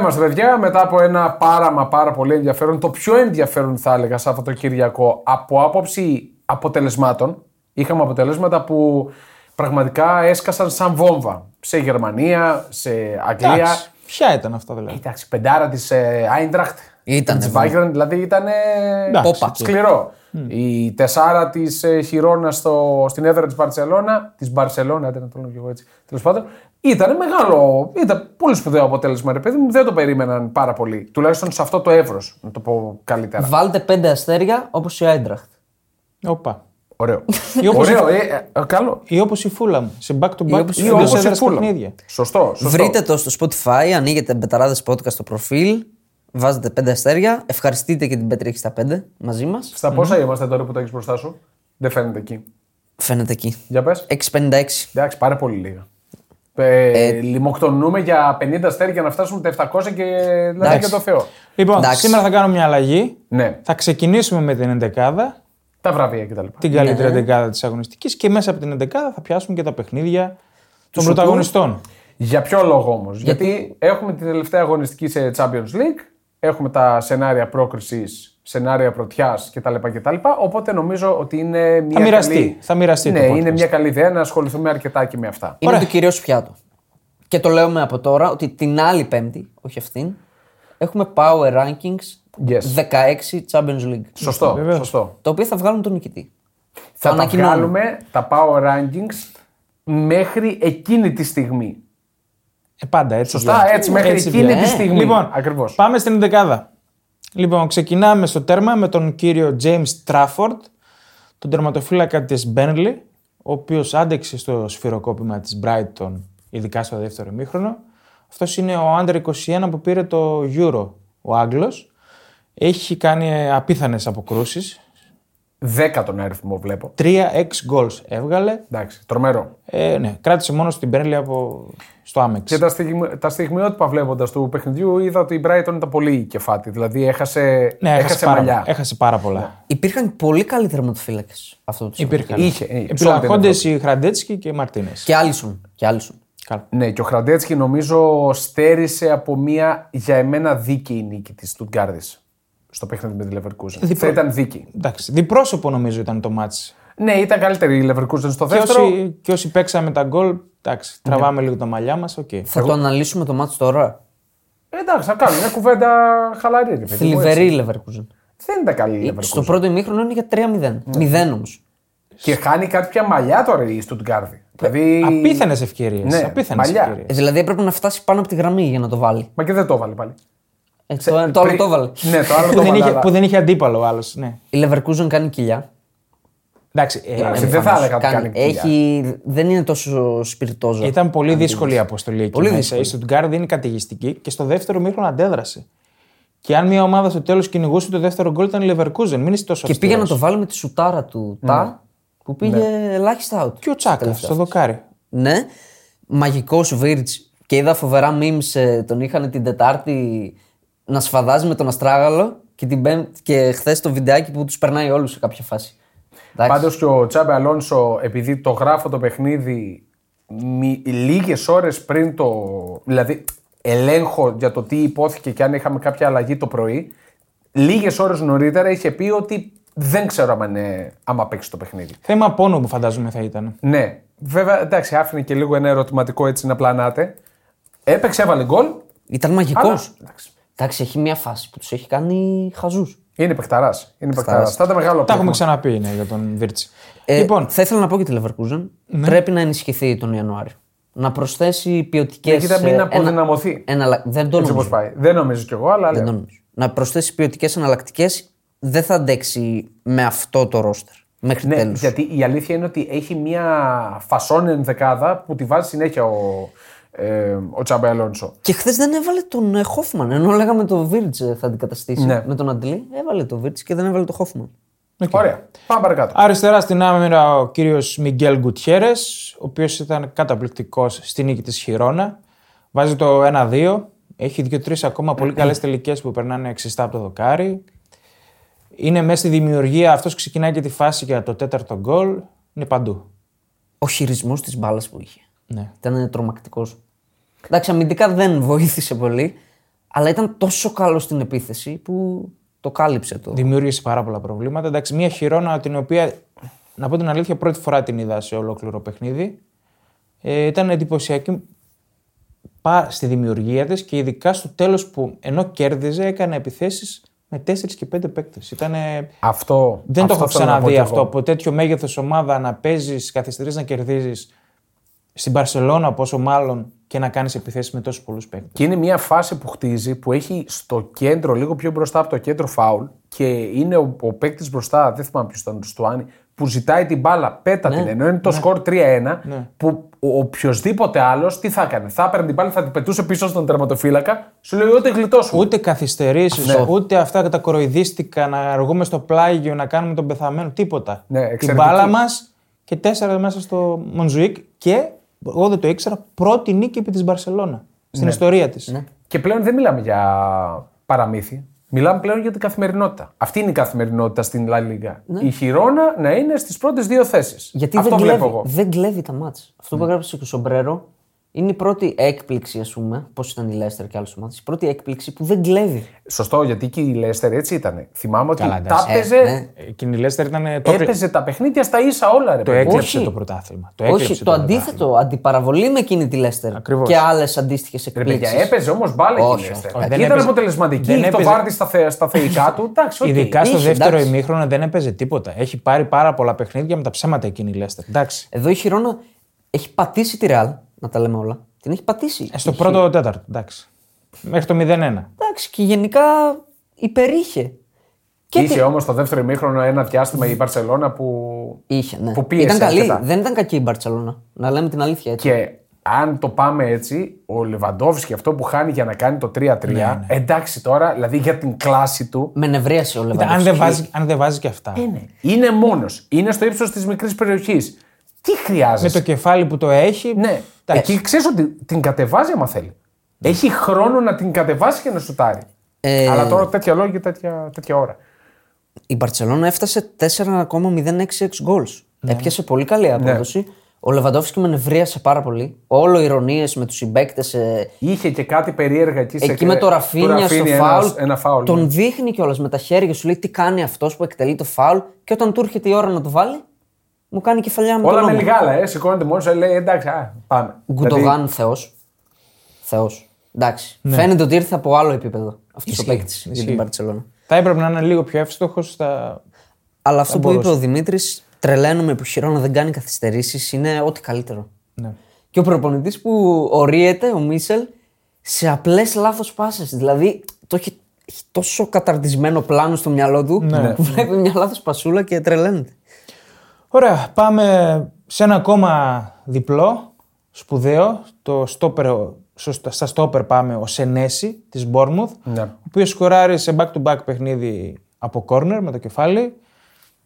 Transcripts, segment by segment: είμαστε, παιδιά, μετά από ένα πάραμα πάρα πολύ ενδιαφέρον, το πιο ενδιαφέρον θα έλεγα Σαββατοκύριακο από άποψη αποτελεσμάτων. Είχαμε αποτελέσματα που πραγματικά έσκασαν σαν βόμβα. Σε Γερμανία, σε Αγγλία. Εντάξει, Ποια ήταν αυτά δηλαδή. Εντάξει, πεντάρα της Άιντραχτ. Ήτανε, ναι. Τη βέβαια. Βάγκραντ, δηλαδή ήταν Εντάξει, Πόπα. εκεί. σκληρό. Η τεσσάρα της Χιρόνας στο, στην έδρα της Μπαρσελόνα, τη Μπαρσελόνα, άντε να το λέω και εγώ έτσι, τέλος πάντων, ήταν μεγάλο. Ήταν πολύ σπουδαίο αποτέλεσμα, ρε παιδί μου. Δεν το περίμεναν πάρα πολύ. Τουλάχιστον σε αυτό το εύρος, να το πω καλύτερα. Βάλτε πέντε αστέρια όπως η Άιντραχτ. Όπα. Ωραίο. Ή όπως Ωραίο, ε, ε, καλό. Ή όπως η φούλα μου. Σε back to Ή back όπως η Ή εντός όπως η έδρας φούλα. παιχνίδια. Σωστό, σωστό. Βρείτε το στο Spotify, ανοίγετε μπεταράδες podcast στο προφίλ, βάζετε πέντε αστέρια, ευχαριστείτε και την Πέτρια 65 μαζί μας. Στα πόσα είμαστε τώρα που το έχεις μπροστά σου. Δεν φαίνεται εκεί. Φαίνεται εκεί. Για πες. 6,56. Εντάξει, πάρα πολύ λίγα. Ε, λιμοκτονούμε για 50 αστέρια για να φτάσουμε τα 700 και δηλαδή και το Θεό. Λοιπόν, Εντάξει. σήμερα θα κάνουμε μια αλλαγή. Ναι, Θα ξεκινήσουμε με την 11 τα βραβεία κτλ. την καλύτερη εντεκάδα της αγωνιστικής και μέσα από την εντεκάδα θα πιάσουμε και τα παιχνίδια των Σουκού. πρωταγωνιστών. Για ποιο λόγο όμως, γιατί... έχουμε την τελευταία αγωνιστική σε Champions League, έχουμε τα σενάρια πρόκρισης, σενάρια πρωτιάς κτλ. κτλ. Οπότε νομίζω ότι είναι μια. μοιραστεί, καλή... θα μοιραστεί το Ναι, podcast. είναι μια καλή ιδέα να ασχοληθούμε αρκετά και με αυτά. Είναι Ωραία. το κυρίως πιάτο. Και το λέμε από τώρα ότι την άλλη Πέμπτη, όχι αυτήν, έχουμε Power Rankings Yes. 16 Champions League. Σωστό, Βεβαίως. σωστό. Το οποίο θα βγάλουν τον νικητή. Θα τα ανακοινώνουμε. βγάλουμε τα power rankings μέχρι εκείνη τη στιγμή. Ε, πάντα έτσι. Σωστά, βγαίνει. έτσι, μέχρι εκείνη βγαίνει. τη Ε, στιγμή. Λοιπόν, Ακριβώς. πάμε στην εντεκάδα. Λοιπόν, ξεκινάμε στο τέρμα με τον κύριο James Trafford, τον τερματοφύλακα της Burnley, ο οποίος άντεξε στο σφυροκόπημα της Brighton, ειδικά στο δεύτερο ημίχρονο. Αυτός είναι ο άντρα 21 που πήρε το Euro, ο Άγγλος. Έχει κάνει ε, απίθανες αποκρούσεις Δέκατον αριθμό βλέπω. Τρία εξ goals έβγαλε. Εντάξει, τρομερό. Ε, ναι, κράτησε μόνος στην Μπέρλι από... στο Άμεξ. Και τα, στιγμι... τα στιγμιότυπα βλέποντας του παιχνιδιού είδα ότι η Brighton ήταν πολύ κεφάτη. Δηλαδή έχασε, Ναι, έχασε, πάρα, μαλλιά. έχασε πάρα πολλά. Υπήρχαν πολύ καλοί τερματοφύλακε αυτό το σημείο. Υπήρχαν. Είχε, ε, Επιλαχόντε οι Χραντέτσκι και οι Μαρτίνες. Και Άλισον. Και Άλισον. Καλά. Ναι, και ο Χραντέτσκι νομίζω στέρισε από μια για εμένα δίκαιη νίκη της Τουτγκάρδη στο παιχνίδι με τη Leverkusen. Διπλό. Θα ήταν δίκαιη. Εντάξει, διπρόσωπο νομίζω ήταν το μάτς. Ναι, ήταν καλύτερη η Leverkusen στο Και δεύτερο. όσοι, και όσοι παίξαμε τα γκολ, εντάξει, τραβάμε λίγο τα μαλλιά μας. Okay. Θα το αναλύσουμε το μάτι τώρα. Εντάξει, θα κάνουμε μια κουβέντα χαλαρή. ρε παιδί μου, έτσι. Θλιβερή η Leverkusen. Δεν ήταν καλή η Στο Leverkusen. πρώτο ημίχρονο είναι για 3-0. Ναι. 0 όμως. Και χάνει κάποια μαλλιά τώρα η Στουτγκάρδη. Δηλαδή... Ε, Απίθανες ευκαιρίες. Ναι, μαλλιά. Ε, δηλαδή έπρεπε να φτάσει πάνω από τη γραμμή για να το βάλει. Μα και δεν το έβαλε πάλι. Ε, το, το άλλο το έβαλε. Ναι, το άλλο Που, το δεν έβαλε. είχε, αλλά- που δεν είχε αντίπαλο ο άλλος. Ναι. Η Leverkusen κάνει κοιλιά. Εντάξει, ε, Εντάξει, ε, δεν θα έλεγα ότι Κάνει- κάνει κοιλιά. έχει, δεν είναι τόσο σπιρτόζα. Ήταν πολύ δύσκολη η αποστολή εκεί. Πολύ μέσα. δύσκολη. Η Στουτγκάρδη είναι καταιγιστική και στο δεύτερο μήχρονο αντέδρασε. Και αν μια ομάδα στο τέλος κυνηγούσε το δεύτερο γκολ ήταν η Leverkusen. Μην είσαι τόσο Και πήγε να αυστηρός. το βάλει με τη σουτάρα του Ναι. Τα που πήγε ελάχιστα out. Και ο Τσάκας Τελευταία. στο δοκάρι. Ναι. Μαγικός Βίρτ. Και είδα φοβερά memes. ε, Τον είχαν την Τετάρτη να σφαδάζει με τον Αστράγαλο και, την πέμπ- και χθες το βιντεάκι που τους περνάει όλους σε κάποια φάση. Εντάξει. Πάντως και ο Τσάμπε Αλόνσο, επειδή το γράφω το παιχνίδι λίγες ώρες πριν το. Δηλαδή, ελέγχω για το τι υπόθηκε και αν είχαμε κάποια αλλαγή το πρωί. Λίγες ώρες νωρίτερα είχε πει ότι δεν ξέρω άμα, είναι, άμα παίξει το παιχνίδι. Θέμα πόνου που φαντάζομαι θα ήταν. Ναι, βέβαια, εντάξει, άφηνε και λίγο ένα ερωτηματικό έτσι να πλανάτε. Έπαιξε, έβαλε γκολ. Ήταν Αλλά, μαγικό. εντάξει, Εντάξει, έχει μια φάση που τους έχει κάνει χαζούς. είναι παιχταράς. Είναι παιχταράς. Παιχταράς. Θα ήταν μεγάλο Τα πλήγμα. έχουμε ξαναπεί ναι, για τον Βίρτσι. Ε, λοιπόν, Θα ήθελα να πω και τη Leverkusen. Ναι. Πρέπει να ενισχυθεί τον Ιανουάριο. Να προσθέσει ποιοτικές. Ναι, κοίτα, μην αποδυναμωθεί. Δεν το Έτσι νομίζω. Ναι. όπως πάει. Δεν νομίζω κι εγώ, αλλά. Δεν το λέω. νομίζω. Να προσθέσει ποιοτικές εναλλακτικές δεν θα αντέξει με αυτό το ρόστερ. Μέχρι Ναι, τέλους. γιατί η αλήθεια είναι ότι έχει μια φασόν ενδεκάδα που τη βάζει συνέχεια ο, ε, ο Τσάμπε Αλόνσο. Και χθες δεν έβαλε τον ε, Χόφμαν. Ενώ λέγαμε το Βίρτζ ε, θα αντικαταστήσει Ναι. με τον Αντλή, έβαλε το Βίρτζ και δεν έβαλε το Χόφμαν. Ωραία. Πάμε παρακάτω. αριστερά στην άμυνα ο κύριος Μιγγέλ Γκουτιέρες, ο οποίος ήταν καταπληκτικός στη νίκη της Χιρόνα. Βάζει το 1-2. Έχει δύο-τρει ακόμα πολύ καλές τελικές που περνάνε ξυστά από το δοκάρι. Είναι μέσα στη δημιουργία. Αυτός ξεκινάει και τη φάση για το τέταρτο γκολ. Είναι παντού. Ο χειρισμός της μπάλας που είχε Ναι. ήταν τρομακτικός. Εντάξει, αμυντικά δεν βοήθησε πολύ, Αλλά ήταν τόσο καλό στην επίθεση που το κάλυψε το. Δημιούργησε πάρα πολλά προβλήματα. Εντάξει, μια χειρόνα την οποία, να πω την αλήθεια, πρώτη φορά την είδα σε ολόκληρο παιχνίδι. Ε, ήταν εντυπωσιακή πα- στη δημιουργία της και ειδικά στο τέλος που ενώ κέρδιζε έκανε επιθέσεις με 4 και 5 παίκτες. Ήτανε... Αυτό. Δεν αυτό το έχω θέλω να πω κι ξαναδεί εγώ. αυτό. Από τέτοιο μέγεθος ομάδα να παίζεις, καθυστερείς να κερδίζεις στην Παρσελώνα, πόσο μάλλον και να κάνεις επιθέσεις με τόσους πολλούς παίκτες. Και είναι μια φάση που χτίζει που έχει στο κέντρο, λίγο πιο μπροστά από το κέντρο, φάουλ και είναι ο, ο παίκτης μπροστά, δεν θυμάμαι ποιος ήταν, του Στουάνι, που ζητάει την μπάλα, Ναι, πέτα την. Ενώ είναι το σκορ 3-1, που ο οποιοδήποτε άλλος τι θα έκανε. Θα έπαιρνε την μπάλα, θα την πετούσε πίσω στον τερματοφύλακα, σου λέει ότι γλιτώσου. Ούτε καθυστερήσεις, ούτε αυτά τα κοροϊδίστηκα να αργούμε στο πλάγιο, να κάνουμε τον πεθαμένο, τίποτα. Ναι, Την εξαιρετική. μπάλα μας και τέσσερα μέσα στο Μοντζουίκ και εγώ δεν το ήξερα, πρώτη νίκη επί της Μπαρσελόνα στην Ναι. ιστορία της. Και πλέον δεν μιλάμε για παραμύθι. Μιλάμε πλέον για την καθημερινότητα. Αυτή είναι η καθημερινότητα στην Λα Λίγκα. Η χειρόνα να είναι στις πρώτες δύο θέσεις. Ναι. Γιατί Αυτό δεν, βλέπω κλέβει, εγώ. δεν κλέβει τα μάτς. Αυτό που έγραψε και ο Σομπρέρο είναι η πρώτη έκπληξη, ας πούμε. Πώς ήταν η Λέστερ και άλλες ομάδες. Η πρώτη έκπληξη που δεν κλέβει. Σωστό, γιατί και η Λέστερ έτσι ήταν. Θυμάμαι ότι Καλά, τα εντάξει. έπαιζε, Ε, ναι. Εκείνη η Λέστερ ήταν. ε, Το, έπαιζε τα παιχνίδια στα ίσα όλα. Ρε, το παιδί. έκλεψε όχι. το πρωτάθλημα. Το έκλεψε Όχι, το αντίθετο. Αντιπαραβολή με εκείνη τη Λέστερ. Ακριβώς. Και άλλες αντίστοιχες Ρε παιδιά, εκπλήξεις. έπαιζε όμως μπάλα Όχι, η Λέστερ. όχι, δεν Ήταν έπαιζε. αποτελεσματική. Δεν Είχε το έπαιζε. βάρδι στα, θε, στα θεϊκά του. Εντάξει, οκ. Ειδικά στο είχε, δεύτερο εντάξει. ημίχρονο δεν έπαιζε τίποτα. Έχει πάρει πάρα πολλά παιχνίδια με τα ψέματα εκείνη η Λέστερ. Εντάξει. Εδώ η Χιρόνα έχει πατήσει τη Ρεάλ, να τα λέμε όλα. Την έχει πατήσει. Ε, στο πρώτο τέταρτο, εντάξει. Μέχρι το 0-1. Εντάξει, και γενικά υπερήχε. Και Είχε τη- όμως το δεύτερο ημίχρονο ένα διάστημα η Μπαρσελόνα που. Είχε, ναι. που πίεσε ήταν καλή. αρκετά. Δεν ήταν κακή η Μπαρσελόνα. Να λέμε την αλήθεια έτσι. Και αν το πάμε έτσι, ο Λεβαντόφσκι αυτό που χάνει για να κάνει το 3-3. Ναι, Εντάξει τώρα, δηλαδή για την κλάση του. Με νευρίασε ο Αν δεν Λεβαντόφσκι. βάζει, αν δεν βάζει και Ε, αυτά. Ναι, Είναι μόνος. Είναι στο ύψος της μικρής περιοχής. Τι Με χρειάζεσαι. το κεφάλι που το έχει. Ναι. εντάξει. Εκεί ξέρεις ότι την κατεβάζει άμα θέλει. Έχει χρόνο να την κατεβάσει και να σουτάρει. Ναι. Ε, Αλλά τώρα τέτοια λόγια και τέτοια, τέτοια ώρα. Η Μπαρσελόνα έφτασε 4,066 goals. Ναι. Έπιασε πολύ καλή απόδοση. Ο Λεβαντόφσκι με νευρίασε πάρα πολύ. Όλο ηρωνίες με τους συμπαίκτες. Είχε και κάτι περίεργα εκεί. σε- Εκεί με το του Ραφίνια στο Ραφίνια φάουλ. ένας- Ένα φάουλ. ναι. Τον δείχνει κιόλας με τα χέρια σου. Λέει τι κάνει αυτός που εκτελεί το φάουλ. Και όταν του έρχεται η ώρα να το βάλει, μου κάνει κεφαλιά με Όλα τον με ώμο. λιγάλα. Ε. Σηκώνεται μόνος, λέει εντάξει, α, πάμε. Δηλαδή, Γκουντογάν θεός. Θεός. Εντάξει. Φαίνεται ότι ήρθε από άλλο επίπεδο αυτός ο Ναι. Ισχύει, παίκτης για ισχύει. την Παρσελόνα. Θα έπρεπε να είναι λίγο πιο εύστοχος. Θα... Αλλά αυτό που είπε ο Δημήτρης, τρελαίνουμε που χειρόνα δεν κάνει καθυστερήσεις, είναι ό,τι καλύτερο. Ναι. Και ο προπονητής που ορίεται, ο Μίσελ, σε απλές λάθος πάσες. Δηλαδή το έχει, έχει τόσο καταρτισμένο πλάνο στο μυαλό του Ναι. που βλέπει μια λάθος πασούλα και τρελαίνεται. Ωραία, πάμε σε ένα ακόμα διπλό σπουδαίο. Το στόπερ, σωστά- στα στόπερ πάμε ο Σενέση της Μπόρμουθ, Ναι. ο οποίος σκοράρει σε back-to-back παιχνίδι από κόρνερ με το κεφάλι.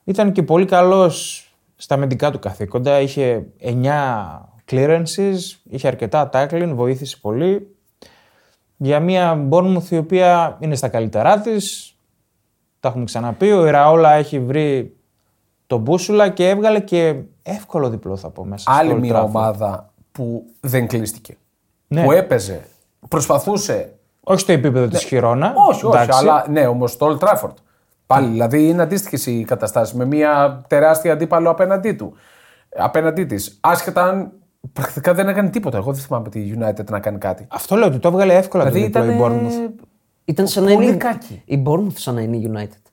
Ήταν και πολύ καλός στα αμυντικά του καθήκοντα. Είχε 9 clearances, είχε αρκετά tackling, βοήθησε πολύ. Για μια Μπόρμουθ η οποία είναι στα καλύτερά της, τα έχουμε ξαναπεί. Ο Ραόλα έχει βρει τον Μπούσουλα και έβγαλε και εύκολο διπλό, θα πω μέσα. άλλη στο Old μια Trafford. ομάδα που δεν κλείστηκε. Ναι. Που έπαιζε. Προσπαθούσε. Όχι στο επίπεδο της τη Χιρόνα. Ναι. Όχι, όχι, αλλά ναι, όμως το Old Trafford. Πάλι, δηλαδή είναι αντίστοιχες οι καταστάσεις με μια τεράστια αντίπαλο απέναντί του. Απέναντί της. Άσχετα αν πρακτικά δεν έκανε τίποτα. Εγώ δεν θυμάμαι τη United να κάνει κάτι. Ε, Αυτό λέω ότι το έβγαλε εύκολα Δηλαδή το ήταν. διπλό η Bournemouth. Ήταν σαν να είναι. κακή. Η Bournemouth σαν να είναι η United.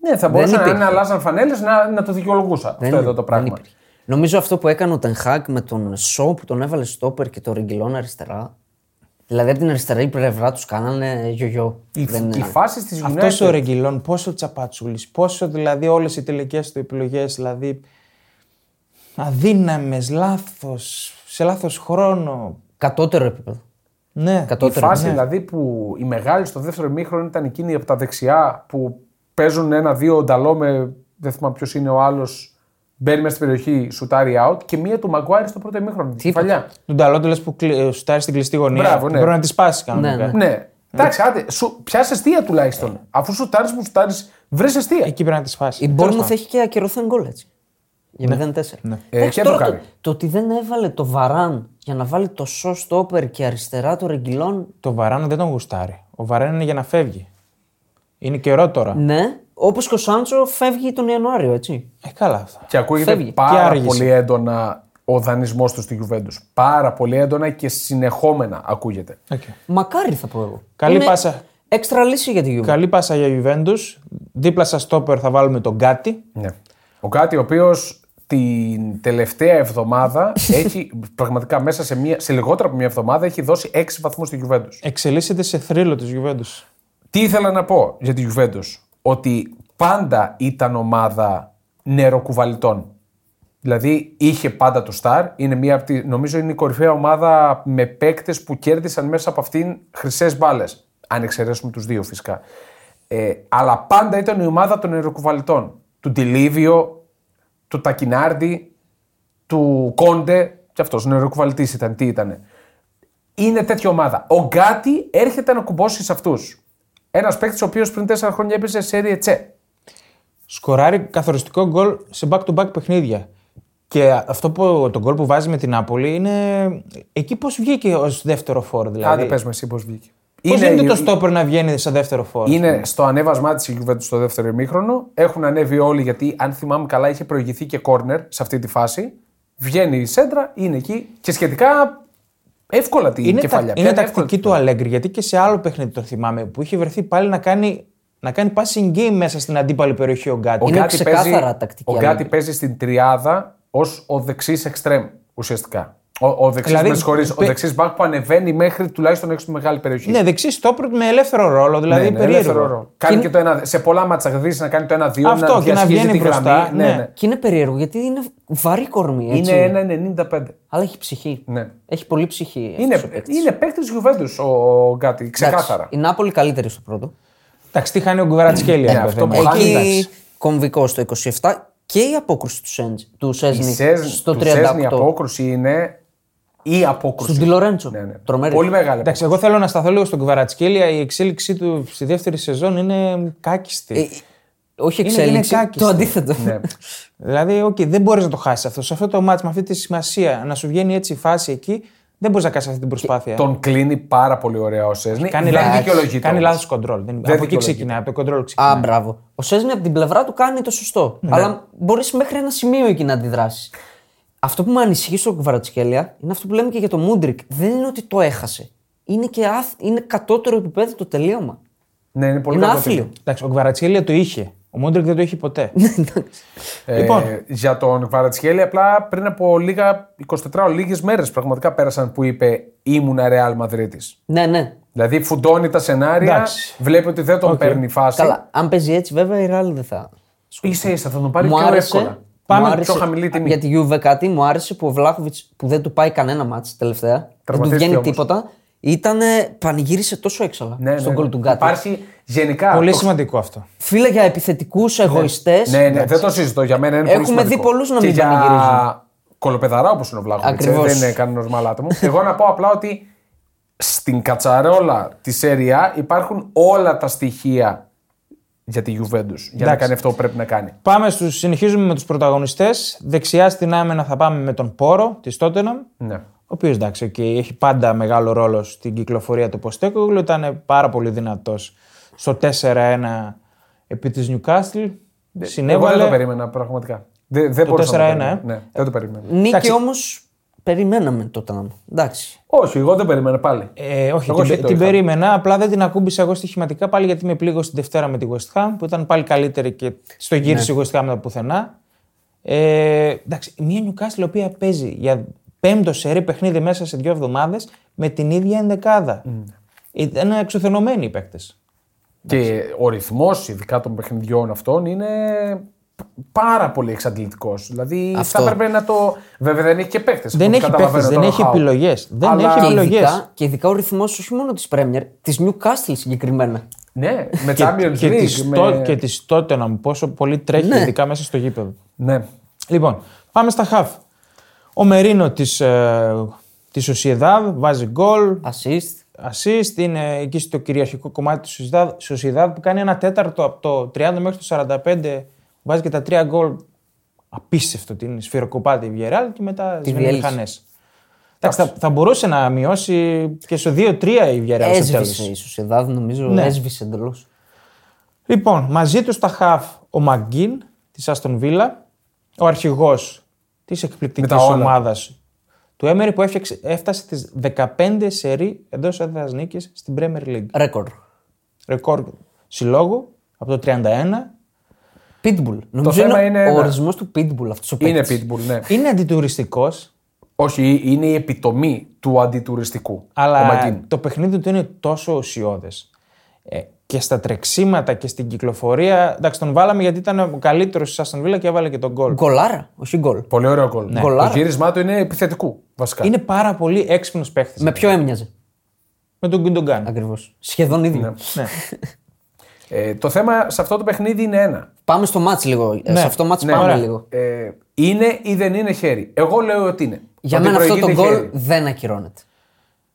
Ναι, θα μπορούσαν αν υπήρχε. αλλάζαν φανέλε να, να το δικαιολογούσα αυτό εδώ το δεν πράγμα. υπήρχε. Νομίζω αυτό που έκανε ο Τενχάκ με τον Σο που τον έβαλε στόπερ και τον Ριγκυλόν αριστερά. Δηλαδή από την αριστερή πλευρά τους κάνανε γιογιό. Οι, Δεν- οι φάσει τη Αυτό ο United. Ρεγγιλόν, πόσο τσαπατσούλης, πόσο δηλαδή όλες οι τελικές του επιλογές, δηλαδή. Αδύναμες, λάθος, σε λάθος χρόνο. Κατώτερο επίπεδο. Ναι, Η Κατώτερο. φάση δηλαδή που η μεγάλη στο δεύτερο ημίχρονο ήταν εκείνη από τα δεξιά που παίζουν ένα-δύο νταλό με. Δεν θυμάμαι ποιος είναι ο άλλος. Μπαίνει μέσα στην περιοχή, σουτάρει out και μία του Μαγκουάρη στο πρώτο ημίχρονο. Την κεφαλιά. τον ταλό του λες που κλει- ε, σουτάρει στην κλειστή γωνία. Μπράβο, ναι. Πρέπει να τη σπάσει κανονικά. Ναι, ναι. Ναι. Εντάξει, άντε, σου, πιάσε αιστεία Ε. τουλάχιστον. Αφού σου τάρει που σου τάρει, βρες αιστεία. Εκεί πρέπει να τη σπάσει. Η Τέλος Bournemouth πάντων. έχει και ακυρωθέν γκολ έτσι. Για 0-4. Ε, Εντάξει, και τώρα το το, κάνει. το ότι δεν έβαλε το βαράν για να βάλει το σο στο όπερ και αριστερά του ρεγγυλών. Το Βαράν δεν τον γουστάρει. Ο Βαράν είναι για να φεύγει. Είναι καιρό τώρα. Ναι, όπως και ο Σάντσο φεύγει τον Ιανουάριο, έτσι. Ε, καλά αυτά. Και ακούγεται Φεύγει. Και πάρα άργησε. πολύ έντονα ο δανεισμός του στη Γιουβέντους. Πάρα πολύ έντονα και συνεχόμενα ακούγεται. Οκ. Μακάρι θα πω εγώ. Καλή πάσα. Έξτρα λύση για τη Γιούβε. Καλή πάσα για Juventus. Δίπλα στα στόπερ θα βάλουμε τον Κάτι. Ναι. Ο Κάτι, ο οποίος την τελευταία εβδομάδα έχει πραγματικά μέσα σε, μία, σε λιγότερο από μία εβδομάδα έχει δώσει 6 βαθμούς στη Γιουβέντους. Εξελίσσεται σε θρύλο της Juventus. Τι ήθελα να πω για τη Juventus. Ότι πάντα ήταν ομάδα νεροκουβαλιτών. Δηλαδή είχε πάντα το Σταρ. Είναι μία από τη, νομίζω είναι η κορυφαία ομάδα με παίκτες που κέρδισαν μέσα από αυτήν χρυσές μπάλες. Αν εξαιρέσουμε τους δύο φυσικά. Ε, αλλά πάντα ήταν η ομάδα των νεροκουβαλιτών. Του Ντιλίβιο, του Τακινάρντι, του Κόντε. Και αυτός νεροκουβαλητής ήταν. Τι ήτανε είναι τέτοια ομάδα. Ο Γκάτι έρχεται να κουμπώσει σε αυτούς. Ένας παίκτης ο οποίος πριν 4 χρόνια έπαιζε σε Serie C. Δηλαδή, Σκοράρει καθοριστικό γκολ σε back-to-back παιχνίδια. Και αυτό που, το γκολ που βάζει με την Νάπολη είναι εκεί πώς βγήκε ως δεύτερο φόρ. Δηλαδή. Άντε, πες με εσύ πώς βγήκε. Πώς Είναι- γίνεται το στόπερ να βγαίνει σαν δεύτερο φόρ. Είναι στο ανέβασμά της η Juventus στο δεύτερο ημίχρονο. Έχουν ανέβει όλοι γιατί, αν θυμάμαι καλά, είχε προηγηθεί και κόρνερ σε αυτή τη φάση. Βγαίνει η σέντρα, είναι εκεί και σχετικά εύκολα την Είναι, κεφαλιά. τα, είναι Πιάνει εύκολα τακτική την του Αλέγκρι, γιατί και σε άλλο παιχνίδι το θυμάμαι που είχε βρεθεί πάλι να κάνει, να κάνει passing game μέσα στην αντίπαλη περιοχή ο Γκάτι. Ο Είναι Γκάτι ξεκάθαρα παίζει- τακτική Ο Γκάτι ανάλυση. παίζει στην τριάδα ως ο δεξής εξτρέμ ουσιαστικά. Ο, ο δεξή Δηλαδή, με συγχωρείς, ο παι- δεξή μπακ που ανεβαίνει μέχρι τουλάχιστον έξω τη μεγάλη περιοχή. Ναι, δεξί στόπερ με ελεύθερο ρόλο, δηλαδή Ναι, ναι, περίεργο. ελεύθερο ρόλο. Κάνει και... το ένα, σε πολλά μάτσα θα δεις να κάνει το 1-2, Αυτό, να και να διασχίζει βγαίνει τη μπροστά, γραμμή. ναι. Και είναι περίεργο γιατί είναι βαρύ κορμί. Έτσι. Είναι ένα 95. Αλλά έχει ψυχή. Ναι. Έχει πολύ ψυχή. αυτός ο Είναι, παίκτης. είναι παίκτης Γιουβέντους ο, ο Γκάτι, Εντάξει, ξεκάθαρα. Η Νάπολη καλύτερη στο πρώτο. Εντάξει, τι χάνει ο Γκουβαρατσκέλια. Ναι, ρε αυτό παιδί μου. Ο που χάνει. Εκεί Χάνοντας. κομβικό στο 27 και η απόκρουση του, Σέντζ, του Η Σέσνη Σέζ- στο του 38. Σέσνη απόκρουση είναι η απόκρουση. Στον Ντι Λορέντσο. Ναι, ναι. Τρομερή. Πολύ μεγάλη. Εντάξει, εγώ θέλω να σταθώ λίγο στον Γκουβαρατσκέλια. Η εξέλιξή του στη δεύτερη σεζόν είναι κάκιστη. Ε, όχι Είναι- εξέλιξη. είναι κάκιστη. το αντίθετο. Ναι. Δηλαδή, okay, δεν μπορείς να το χάσεις αυτό. Σε αυτό το μάτς, με αυτή τη σημασία, να σου βγαίνει έτσι η φάση εκεί, δεν μπορείς να κάνεις αυτή την προσπάθεια. Τον κλείνει πάρα πολύ ωραία ο Δηλαδή Σέσνη. Κάνει δεν λάθος- δικαιολογείται. Κάνει όμως. λάθος κοντρόλ. Δεν... από εκεί δικαιολογείται. ξεκινάει, από το κοντρόλ ξεκινάει. Α, Ναι. μπράβο. Ο Σέσνη από την πλευρά του κάνει το σωστό. Αλλά μπορείς μέχρι ένα σημείο εκεί να αντιδράσεις. Αυτό που με ανησυχεί στο Κουβαρατσχέλια είναι αυτό που λέμε και για το Μούντρικ. Δεν είναι ότι το έχασε. Είναι, και αθ... είναι κατώτερο επίπεδο το τελείωμα. Ναι, είναι πολύ είναι κακό άθλιο. Εντάξει, ο Γκβαρατσχέλια το είχε. Ο Μόντρικ δεν το είχε ποτέ. Ναι, Ε, Λοιπόν. Για τον Κβαρατσχέλη, απλά πριν από λίγα 24 λίγες μέρες πραγματικά πέρασαν που είπε Ήμουνα Ρεάλ Μαδρίτη. Ναι, ναι. Δηλαδή φουντώνει τα σενάρια, Εντάξει. βλέπει ότι δεν τον παίρνει η φάση. Καλά. Αν παίζει έτσι, βέβαια η Ράλ δεν θα. Ίσα ίσα θα τον πάρει μου πιο άρεσε. εύκολα. Πάμε πιο χαμηλή τιμή. Για τη Juve κάτι μου άρεσε που ο Βλάχοβιτ που δεν του πάει κανένα μάτς τελευταία. Δεν του Τραυματίστηκε βγαίνει όμως. τίποτα. Ήτανε, πανηγύρισε τόσο έξαλα Ναι, ναι, στον ναι. κόλ του Γκάτι. Υπάρχει γενικά. Πολύ το- σημαντικό αυτό. Φίλε για επιθετικούς εγωιστές. Ναι, ναι, δεν το συζητώ. Για μένα είναι Έχουμε πολύ δει σημαντικό. πολλούς να μην Και για πανηγυρίζουν. Κολοπεδαρά όπως είναι ο Βλάχο. Ακριβώς. Δεν είναι κανένας normal άτομο. Εγώ να πω απλά ότι στην κατσαρόλα της ΣΕΡΙΑ υπάρχουν όλα τα στοιχεία για τη Juventus. Για να Εντάξει. κάνει αυτό που πρέπει να κάνει. Πάμε στους, συνεχίζουμε με τους πρωταγωνιστές. Δεξιά στην άμυνα θα πάμε με τον Πόρο της Τότεναμ, Ναι. ο οποίος εντάξει okay, έχει πάντα μεγάλο ρόλο στην κυκλοφορία του Ποστέκογλου. Ήταν πάρα πολύ δυνατός στο 4-1 επί της Νιουκάστλ. Ναι, Εγώ δεν το Συνέβαλε. περίμενα πραγματικά. Δεν, δεν μπορούσα να το 4-1, ε. περίμενα. Ναι, δεν το περίμενα. Νίκη Εντάξει. όμως περιμέναμε τότε να μου. Εντάξει. Όχι, εγώ δεν περίμενα πάλι. Ε, όχι, Εγώ την, όχι το την είχα. περίμενα. Απλά δεν την ακούμπησα εγώ στοιχηματικά πάλι γιατί με πλήγωσε τη Δευτέρα με τη West Ham που ήταν πάλι καλύτερη και στο γύρισε Ναι. η West Ham από πουθενά. Ε, εντάξει, μια Newcastle η οποία παίζει για πέμπτο σερή παιχνίδι μέσα σε δύο εβδομάδες με την ίδια ενδεκάδα. Ήταν εξουθενωμένοι οι παίκτες. Και ο ρυθμός, ειδικά των παιχνιδιών αυτών, είναι πάρα πολύ εξαντλητικός. Δηλαδή Αυτό. θα έπρεπε να το. Βέβαια δεν έχει και παίχτε. Δεν έχει παίκτε, δεν έχει επιλογές. Δεν Αλλά- έχει Και Και επιλογέ. ειδικά, και ειδικά ο ρυθμός όχι μόνο της Πρέμιερ, της Newcastle συγκεκριμένα. Ναι, με Champions και, League. της με- Tot- και της Tottenham, πόσο πολύ τρέχει, Ναι. ειδικά μέσα στο γήπεδο. Ναι. Λοιπόν, πάμε στα χαφ. Ο Μερίνο της, ε, της Sociedad βάζει γκολ, Assist. assist, είναι εκεί στο κυριαρχικό κομμάτι της Sociedad, Sociedad που κάνει ένα τέταρτο από το 30 μέχρι το 45, βάζει και τα τρία γκολ απίστευτο, την σφυροκοπάτη η Villarreal και μετά σβήνει διέλυσε. μηχανές. Εντάξει, θα, θα μπορούσε να μειώσει και στο 2-3 η Βιαρέα στο Έσβησε τέλος. ίσως η Δάδη, νομίζω. Ναι. Έσβησε εντελώς. Λοιπόν, μαζί τους στα χαφ ο Μαγκίν της Άστον Βίλα, ο αρχηγός της εκπληκτικής Με τα όλα. ομάδας του Έμερι που έφτιαξε- έφτασε τις 15 σερί εντός έδρας νίκης στην Premier League. Ρέκορ. Ρεκόρ συλλόγου από το 31. Pitbull. Νομίζω θέμα είναι, είναι ο ένα. ορισμός του Pitbull αυτός ο Είναι παίκτης. pitbull, ναι. Είναι αντιτουριστικός, Όχι, είναι η επιτομή του αντιτουριστικού. ο αλλά Μαγκίν. το παιχνίδι του είναι τόσο ουσιώδες. Ε, και στα τρεξίματα και στην κυκλοφορία. Εντάξει, τον βάλαμε γιατί ήταν ο καλύτερος της Άστον Βίλα και έβαλε και τον γκολ. Γκολάρα, όχι γκολ. Πολύ ωραίο γκολ. Γκολάρα. Το γύρισμά του είναι επιθετικού, βασικά. Είναι πάρα πολύ έξυπνος παίχτη. Ναι. Με ποιο έμοιαζε με τον Γκουντογκάν. ακριβώς. Σχεδόν ίδιο. Ναι. Ε, το θέμα σε αυτό το παιχνίδι είναι ένα. Πάμε στο μάτς λίγο. Ε, Ναι. Σε αυτό μάτς Ναι, πάμε ωραία. λίγο. Ε, είναι ή δεν είναι χέρι. Εγώ λέω ότι είναι. Για Ότι μένα αυτό το προηγείται γκολ χέρι. δεν ακυρώνεται.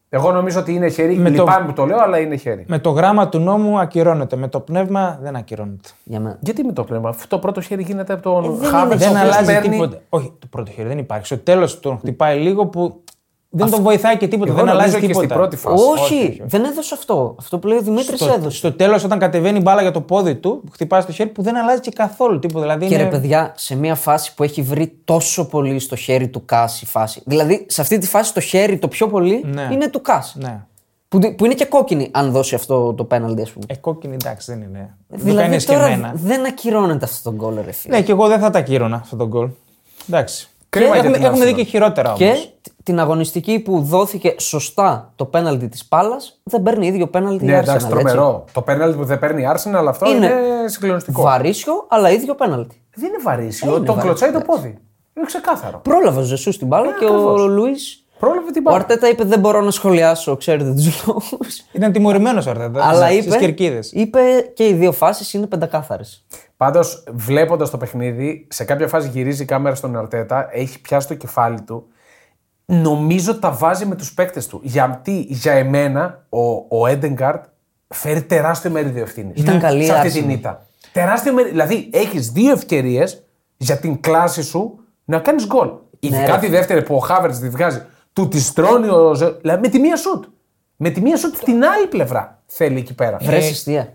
Εγώ νομίζω ότι είναι χέρι. Με το- Λυπάμαι που το λέω, αλλά είναι χέρι. με το γράμμα του νόμου ακυρώνεται. Με το πνεύμα δεν ακυρώνεται. Για μένα. Γιατί με το πνεύμα, αφού το πρώτο χέρι γίνεται από τον δεν Χάβερτ. είναι- ο δεν οποίος αλλάζει παίρνει- τίποτα. Όχι, το πρώτο χέρι δεν υπάρχει. Στο τέλος τον χτυπάει λίγο που δεν τον βοηθάει και τίποτα. Εγώ δεν νομίζω αλλάζει και τίποτα. στην πρώτη φάση. Όχι, όχι, όχι. δεν έδωσε αυτό. Αυτό που λέει ο Δημήτρης Στο, έδωσε. στο τέλος, όταν κατεβαίνει η μπάλα για το πόδι του, χτυπάει στο χέρι που δεν αλλάζει και καθόλου τίποτα. Δηλαδή Και είναι... ρε παιδιά, σε μια φάση που έχει βρει τόσο πολύ στο χέρι του Κάσ η φάση. Δηλαδή, σε αυτή τη φάση το χέρι το πιο πολύ Ναι. είναι του Κάσ. Ναι. Που, που είναι και κόκκινη, αν δώσει αυτό το πέναλτι, ας πούμε. Ε, κόκκινη εντάξει δεν είναι. Ε, το κάνει δηλαδή, και τώρα εμένα. δεν ακυρώνεται αυτό το γκολ, ρε φίλε. Ναι, και εγώ δεν θα τα κύρωνα αυτόν τον γκολ. Εντάξει. Κρίμα Και για έχουμε, την έχουμε δει Arsenal. και χειρότερα όμω. Και τ- την αγωνιστική που δόθηκε σωστά το πέναλτι της Πάλας, δεν παίρνει ίδιο πέναλτι η Ναι, εντάξει, Arsenal, τρομερό. Το πέναλτι που δεν παίρνει η Arsenal, αλλά αυτό Είναι- είναι, συγκλονιστικό. Βαρύσιο, αλλά ίδιο πέναλτι. Δεν είναι βαρύσιο, τον κλωτσάει το πόδι. Είναι ξεκάθαρο. Πρόλαβε ο Ζεσούς την μπάλα και ο Ναι, ακριβώς. Λουίς. Πρόλαβε την Ο μπάλα. Αρτέτα είπε: Δεν μπορώ να σχολιάσω, ξέρετε τους λόγους. Ήταν τιμωρημένος Ναι, Αρτέτα. Αλλά Στις είπε, κερκίδες. είπε και οι δύο φάσεις είναι πεντακάθαρες. Πάντως, βλέποντας το παιχνίδι, σε κάποια φάση γυρίζει η κάμερα στον Αρτέτα, έχει πιάσει το κεφάλι του. Νομίζω τα βάζει με τους παίκτες του. Γιατί για εμένα ο, ο Έντεγκαρτ φέρει τεράστιο μερίδιο ευθύνης. Ήταν καλή η σε αυτή Arsenal. την ήττα. Τεράστιο μερίδιο. Δηλαδή, έχεις δύο ευκαιρίες για την κλάση σου να κάνεις γκολ. Ειδικά Ναι, ρε. τη δεύτερη που ο Χάβερτ τη βγάζει, του της στρώνει ο Ζε... δηλαδή, με τη μία σουτ. Με τη μία σουτ στην άλλη πλευρά θέλει εκεί πέρα. Βρες αιστεία.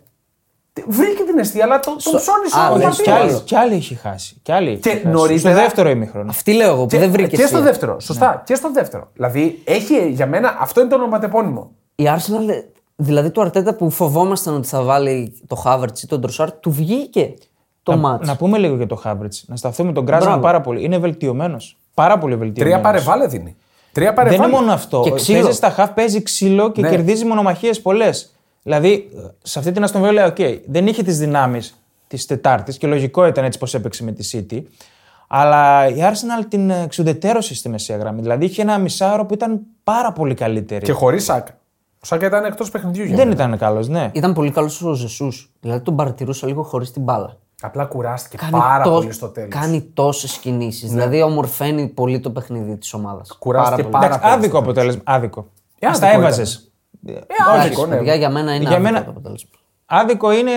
Βρήκε την αιστεία, αλλά τον, τον ψώνισε Α, ο ναι, Μαρτίνες. Κι στο άλλοι, κι άλλοι έχει χάσει. Κι άλλοι Και έχει χάσει. νωρίτερα- Στο δεύτερο ημίχρονο. Αυτή λέω εγώ που δεν βρήκε. και στο αιστεία. Ναι. δεύτερο. Σωστά. Και στο δεύτερο. Δηλαδή, έχει για μένα αυτό είναι το ονοματεπώνυμο. Η Arsenal, ε, δηλαδή του Αρτέτα που φοβόμασταν ότι θα βάλει το Χάβερτ ή τον Τροσάρ, του βγήκε το μάτς. Να πούμε λίγο για το Χάμπριτ. Να σταθούμε. Τον κράζαμε Μπράβο. πάρα πολύ. Είναι βελτιωμένος. Πάρα πολύ βελτιωμένος. Τρία παρεβάλε δίνει. Τρία Δεν παρεβάλε. είναι μόνο αυτό. Και ξύλο. Παίζει στα χαφ, παίζει ξύλο και Ναι. κερδίζει μονομαχίες πολλές. Δηλαδή, ε, σε αυτή την Aston Villa, okay, δεν είχε τις δυνάμεις της Τετάρτης και λογικό ήταν έτσι πώ έπαιξε με τη City. Αλλά η Arsenal την ε, εξουδετερώσε στη μεσαία γραμμή. Δηλαδή, είχε ένα μισάωρο που ήταν πάρα πολύ καλύτερη. Και χωρίς Σάκα. Ο Σάκα ήταν εκτός παιχνιδιού για Δεν μένα. ήταν καλός, ναι. Ήταν πολύ καλός ο Ζεσούς. Δηλαδή τον παρατηρούσα λίγο χωρίς την μπάλα. Απλά κουράστηκε πάρα τό- πολύ στο τέλος. Κάνει τόσες κινήσεις. Δηλαδή ομορφαίνει πολύ το παιχνίδι της ομάδας. Κουράστηκε πάρα, Εντάξει, πολύ. άδικο αποτέλεσμα. Άδικο. Ε, Ας τα άδικο έβαζες. άδικο, ναι. παιδιά, για μένα είναι Για άδικο μένα- το αποτέλεσμα. Άδικο είναι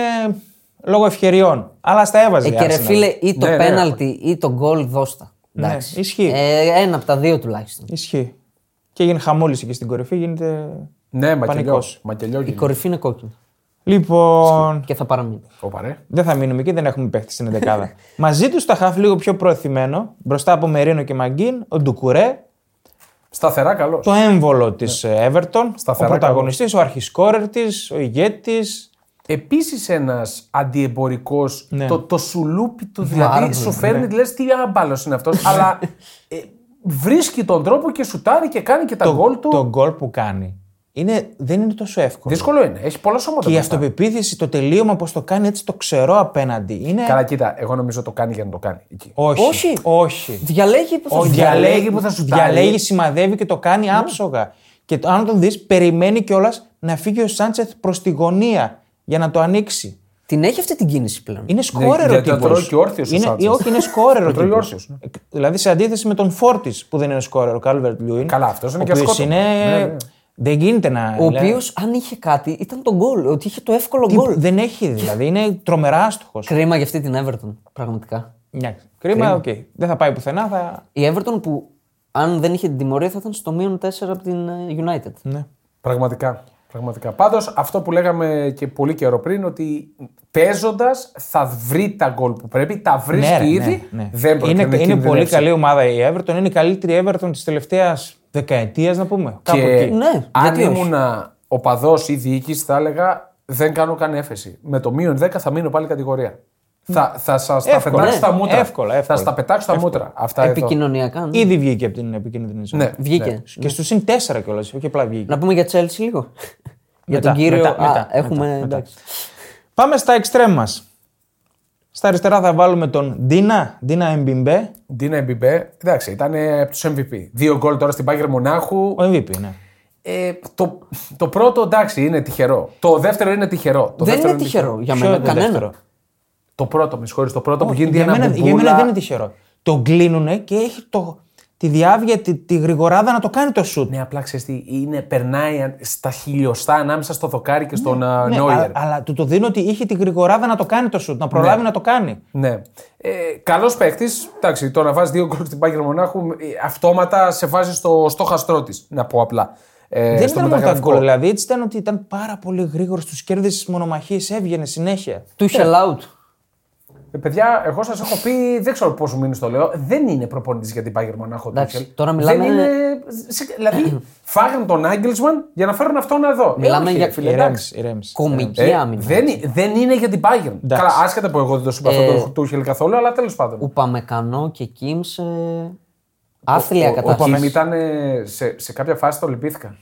λόγω ευκαιριών. Αλλά στα έβαζε. Ε, η και ρε Arsenal. φίλε, ή το Ναι, ναι, πέναλτι ή το γκολ δώστα. Ναι. Εντάξει. ισχύει. Ε, ένα από τα δύο τουλάχιστον. Ισχύει. Και έγινε χαμόλυση και στην κορυφή γίνεται. Ναι, μακελιό. Πανικός. Μακελιό Η κορυφή είναι κόκκινη Λοιπόν. και θα παραμείνει. Οπαρέ. Δεν θα μείνουμε εκεί, δεν έχουμε παίχτη στην 11. Μαζί τους τα χαφ λίγο πιο προωθημένο, μπροστά από Μερίνο και Μαγκίν, ο Ντουκουρέ, Σταθερά καλός. το έμβολο της Everton, ο Ναι. Σταθερά πρωταγωνιστής, ο αρχισκόρερ της, ο ηγέτης. Επίσης ένας αντιεμπορικός. Ναι. Το, το σουλούπι του δηλαδή Βάρβαρος, σου φέρνει, λες τι άμπαλος είναι αυτός. Ναι. αλλά ε, βρίσκει τον τρόπο και σουτάρει και κάνει και τα γκολ του. Το γκολ που κάνει είναι, δεν είναι τόσο εύκολο. Δύσκολο είναι. Έχει πολλά σώματα. Και η μπροστά. αυτοπεποίθηση, το τελείωμα, πώς το κάνει έτσι το ξερό απέναντι. Είναι. Καλά, κοίτα, εγώ νομίζω το κάνει για να το κάνει. Εκεί. Όχι. Όχι. όχι. Διαλέγει που θα Ο σου διαλέγει διαλέγει που θα σου Ναι. Διαλέγει, τάρει. σημαδεύει και το κάνει άψογα. Και το- αν τον δεις, περιμένει κιόλας να φύγει ο Σάντσεθ προς τη γωνία για να το ανοίξει. Την έχει αυτή την κίνηση πλέον. Είναι σκόρερο Ναι, γιατί τύπος. το τρώει και όρθιος ο είναι, Σάντσεθ. ή Όχι, είναι σκόρερο Το τρώει τύπος. όρθιος, ναι. Ε, Δηλαδή σε αντίθεση με τον Φόρτης που δεν είναι σκόρερο, ο Κάλβερτ Λιούιν. Καλά, αυτός είναι ο και οποίος ασκότωπος. είναι- Ναι, ναι. Δεν γίνεται να. δηλαδή, Ο λέει, οποίος, αν είχε κάτι, ήταν το γκολ. Ότι είχε το εύκολο τι- γκολ. Δεν έχει δηλαδή, είναι τρομερά άστοχος. Κρίμα για αυτή την Everton, πραγματικά. Κρίμα, οκ. Δεν θα πάει πουθενά, θα. Η Everton που αν δεν είχε την τιμωρία, θα ήταν στο μείον 4 από την ε, United. Ναι. Πραγματικά. Πραγματικά. Πάντως, αυτό που λέγαμε και πολύ καιρό πριν, ότι παίζοντας θα βρει τα γκολ που πρέπει, τα βρίσκει Ναι, ρε, ήδη. ναι, ναι. Δεν πρόκειται να είναι, είναι πολύ κινδυνεύσει. καλή ομάδα η Everton. Είναι η καλύτερη Everton της τελευταίας δεκαετία, να πούμε. Κάπου Και εκεί. Ναι, αν γιατί όχι. ήμουν οπαδό ή διοίκηση, θα έλεγα δεν κάνω καν έφεση. Με το μείον 10 θα μείνω πάλι κατηγορία. Θα, θα σας τα Εύκολα, πετάξω στα ναι. μούτρα. Εύκολα, εύκολα. Θα στα πετάξω στα μούτρα. Αυτά εδώ. Επικοινωνιακά. ναι. Ήδη βγήκε από την επικίνδυνη ζώνη. Ναι, Βγήκε. ναι. Και στου συν 4 κιόλας, όχι απλά βγήκε. Να πούμε για Chelsea λίγο. για Μετά, τον κύριο. μετά, Α, μετά, έχουμε. μετά, μετά. εντάξει. Πάμε στα εξτρέμ μας. Στα αριστερά θα βάλουμε τον Ντίνα, Ντίνα Εμπιμπέ. Ντίνα Εμπιμπέ, εντάξει, ήταν ε, από τους MVP. Δύο γκολ τώρα στην Πάγκερ Μονάχου. Ο MVP, ναι. Ε, το, το πρώτο εντάξει είναι τυχερό. Το δεύτερο είναι τυχερό. Το Δεν δεύτερο είναι τυχερό για Ποιο μένα. είναι το Κανένα. δεύτερο? Ε, Το πρώτο, με συγχωρείτε, το πρώτο που γίνεται για, ένα μένα, μπουμπούλα. για μένα δεν είναι τυχερό. Τον κλείνουνε και έχει το, τη διάβια, τη, τη γρηγοράδα να το κάνει το σουτ. Ναι, απλά ξέρεις τι, είναι, περνάει στα χιλιοστά ανάμεσα στο δοκάρι και στον ναι, Ναι, Νόιερ. αλλά, αλλά του το δίνω ότι είχε τη γρηγοράδα να το κάνει το σουτ, να προλάβει να το κάνει. Ναι. Ε, Καλός παίκτης. Εντάξει, το να βάζει δύο γκολ στην Πάγκερ Μονάχου ε, αυτόματα σε βάζει στο στόχαστρό της. Να πω απλά. Ε, δεν στο ήταν μόνο τα μεταγραφικό. γκολ. Δηλαδή έτσι ήταν ότι ήταν πάρα πολύ γρήγορος, τους κέρδισε τι μονομαχίε, έβγαινε συνέχεια. Του είχε out. Ε, παιδιά, εγώ σας έχω πει, δεν ξέρω πόσου μήνε το λέω, δεν είναι προπονητής για την Πάγκερ Μονάχου. ο Εντάξει, Τούχελ. τώρα μιλάμε- Δεν είναι... σε- Δηλαδή, φάγαν τον Άγγελσμαν για να φέρουν αυτόν εδώ. Ε, Μιλάμε όχι, για- φίλε, εντάξει. Ηρέμησε, ηρέμησε. Κομική Ε, άμυνα. δεν, ε- δεν είναι για την Bayern. Εντάξει. Καλά, άσχετα που εγώ δεν το Ε, συμπαθώ τον Τούχελ καθόλου, αλλά τέλος πάντων. Ουπαμεκανό και Κίμς ε, άθλια Ο- Ο κατάσταση. Κιμ ήταν ε, σε, σε κάποια φάση το λυπήθηκα.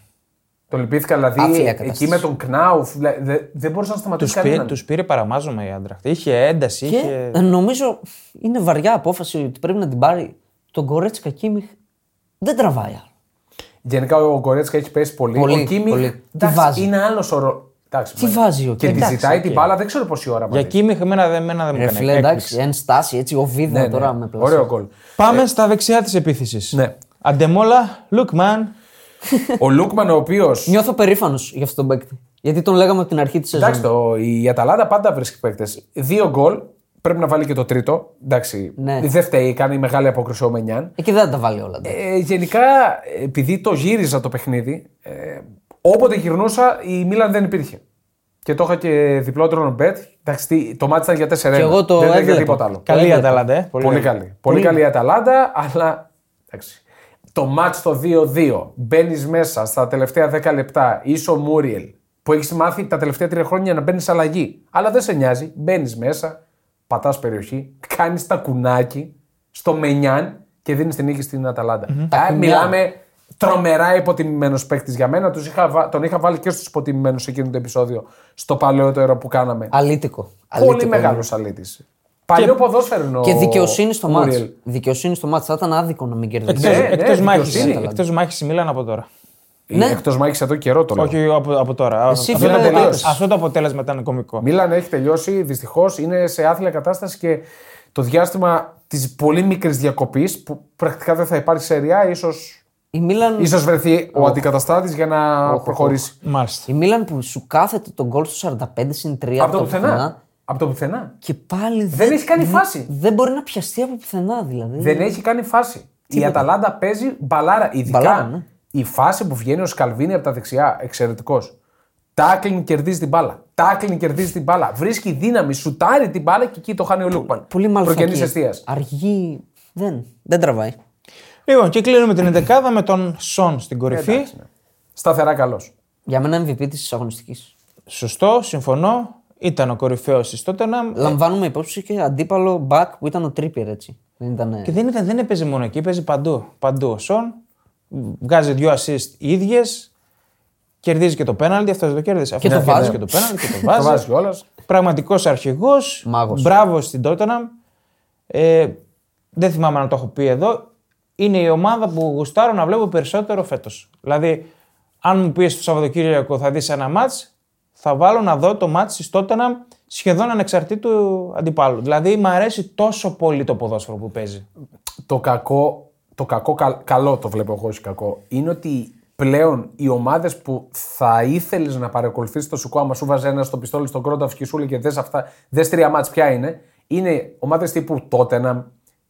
Το λυπήθηκα, Άθλια δηλαδή εκεί κατάσταση. με τον Κνάουφ. δηλαδή, δε- δεν μπορούσα να Του σταματήσει πήρε, κανέναν. τους πήρε παραμάζωμα η Άντραχτ. Είχε ένταση, Και είχε. ε, νομίζω είναι βαριά απόφαση ότι πρέπει να την πάρει τον Κορέτσκα Κίμιχ. Δεν τραβάει άλλο. Γενικά ο Γκορέτσκα έχει πέσει πολύ. Πολύ, ο Κίμι πολύ. Τι Εντάξει, βάζει. είναι άλλος ο ρο- Εντάξει, Τι μάλλον. βάζει ο Και Κίμι. τη Εντάξει, ζητάει την οκ. μπάλα, δεν ξέρω πόση ώρα Για μάλλον. Κίμιχ, εμένα, δεν- εμένα δεν μου Ρε έκανε Ε, φίλε, έκπληξη. Ναι, εντάξει, εν στάση έτσι, ο Βίδα τώρα με πλασέ. Ναι, Ωραίο γκολ. Πάμε στα δεξιά της επίθεσης. Ναι. Αντεμόλα, Λουκμάν. Ο Λούκμαν, ο οποίος. Νιώθω περήφανος για αυτόν τον παίκτη. Γιατί τον λέγαμε από την αρχή της σεζόν. Εντάξει, το, η Αταλάντα πάντα βρίσκει παίκτες. Δύο γκολ, πρέπει να βάλει και το τρίτο. Εντάξει, Ναι. δεν φταίει, κάνει μεγάλη απόκριση ο Μενιάν. Εκεί δεν θα τα βάλει όλα. εντάξει. Ε, γενικά, επειδή το γύριζα το παιχνίδι, ε, όποτε γυρνούσα η Μίλαν δεν υπήρχε. Και το είχα και διπλό τρόνο bet. Εντάξει, τι- το μάτι ήταν για 4 Και εγώ το δεν ήταν για έβλεπα. τίποτα άλλο. Καλή η έβλεπα. Αταλάντα, ε. Πολύ, καλή. Πολύ, καλή η Αταλάντα, αλλά εντάξει. Το μάτς το 2-2, μπαίνεις μέσα στα τελευταία 10 λεπτά, είσαι ο Μούριελ, που έχεις μάθει τα τελευταία τρία χρόνια να μπαίνεις αλλαγή. Αλλά δεν σε νοιάζει, μπαίνεις μέσα, πατάς περιοχή, κάνεις τα κουνάκι στο Μενιάν και δίνεις την νίκη στην αταλαντα Τα κουνιά. μιλάμε τρομερά υποτιμημένο παίκτη για μένα. Τους είχα, βα- τον είχα βάλει και στους υποτιμημένους εκείνο το επεισόδιο, στο παλαιότερο που κάναμε. Αλήτικο. Ε, Πολύ Αλήτικο. μεγάλος αλήτης. Παλιό ποδόσφαιρο είναι ο Και δικαιοσύνη στο μάτς. Μούριελ. Δικαιοσύνη στο μάτς. Θα ήταν άδικο να μην κερδίσει. Ναι, ναι, Εκτός μάχη. δικαιοσύνη. Εκτός μάχης η Μίλαν από τώρα. Ναι. Εκτός Μάκη εδώ καιρό το λέω. Όχι από, από τώρα. αυτό, Εσύ, το, φίλε, αποτέλεσμα- τελείωσε. αυτό το αποτέλεσμα ήταν κωμικό. Μίλαν έχει τελειώσει, δυστυχώς είναι σε άθλια κατάσταση και το διάστημα της πολύ μικρής διακοπής που πρακτικά δεν θα υπάρχει σεριά, ίσως Η Μίλαν ίσως βρεθεί ο αντικαταστάτης για να προχωρήσει. Μάλιστα. Η Μίλαν που σου κάθεται τον γκολ στο 45 συν 3 Από το πουθενά. Από το πουθενά. Και πάλι δεν, Δεν έχει κάνει φάση. δεν μπορεί να πιαστεί από πουθενά δηλαδή. Δεν έχει κάνει φάση. Η Αταλάντα παίζει μπαλάρα. Ειδικά Μπαλάρα, ναι. η φάση που βγαίνει ο Σκαλβίνη από τα δεξιά, εξαιρετικός. Τάκλιν κερδίζει την μπάλα. Τάκλιν κερδίζει την μπάλα. Βρίσκει δύναμη, σουτάρει την μπάλα και εκεί το χάνει ο Λούκμαν. Πολύ Προκαινής μαλθακή. αιστείας. Αργή. Δεν, δεν τραβάει. Λοιπόν, και κλείνουμε την 11 με τον Σον στην Ε, κορυφή. Σταθερά καλός. Για μένα MVP της αγωνιστικής. Σωστό, συμφωνώ. Ήταν ο κορυφαίος της Τότεναμ. Λαμβάνουμε υπόψη και αντίπαλο back που ήταν ο Τρίπιερ έτσι. Δεν ήταν. Και δεν, ήταν, δεν έπαιζε μόνο εκεί, παίζει παντού. Παντού ο Σον. Βγάζει δύο assist ίδιες. Κερδίζει και το πέναλτι, αυτός δεν το κέρδισε. Και Αυτός το κέρδισε βάζει. και το πέναλτι και το Το βάζει βάζει. κιόλας. Πραγματικός αρχηγός. Μάγος. Μπράβο στην Τότεναμ. Ε, δεν θυμάμαι να το έχω πει εδώ. Είναι η ομάδα που γουστάρω να βλέπω περισσότερο φέτος. Δηλαδή, αν μου πεις το Σαββατοκύριακο θα δεις ένα μάτ, θα βάλω να δω το μάτ της Τότεναμ σχεδόν ανεξαρτήτου αντιπάλου. Δηλαδή, μου αρέσει τόσο πολύ το ποδόσφαιρο που παίζει. Το κακό, το κακό καλ- καλό το βλέπω εγώ όχι κακό, είναι ότι πλέον οι ομάδες που θα ήθελες να παρακολουθήσεις το σουκό, άμα σου βάζει ένα στο πιστόλι στον Κρόνταφ και σου λέει και δες αυτά, δες τρία μάτ ποια είναι, είναι ομάδες τύπου Τότεναμ,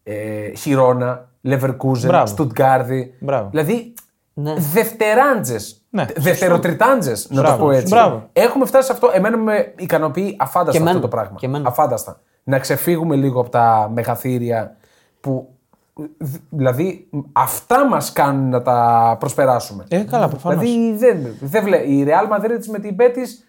ε, Χιρόνα, Λεβερκούζεν, Μπράβο. Στουτγκάρδη. Μπράβο. Δηλαδή Ναι. δευτεράντζες. Ναι. Δευτεροτριτάντζες, να το Μπράβο. πω έτσι. Μπράβο. Έχουμε φτάσει σε αυτό. Εμένα με ικανοποιεί αφάνταστα Και αυτό εμένα. το πράγμα. Και εμένα. Αφάνταστα. Να ξεφύγουμε λίγο από τα μεγαθύρια που. δη- Δηλαδή, αυτά μας κάνουν να τα προσπεράσουμε. Ε, καλά, προφανώς. Δηλαδή, δεν, δεν βλέ... η Real Madrid με την Betis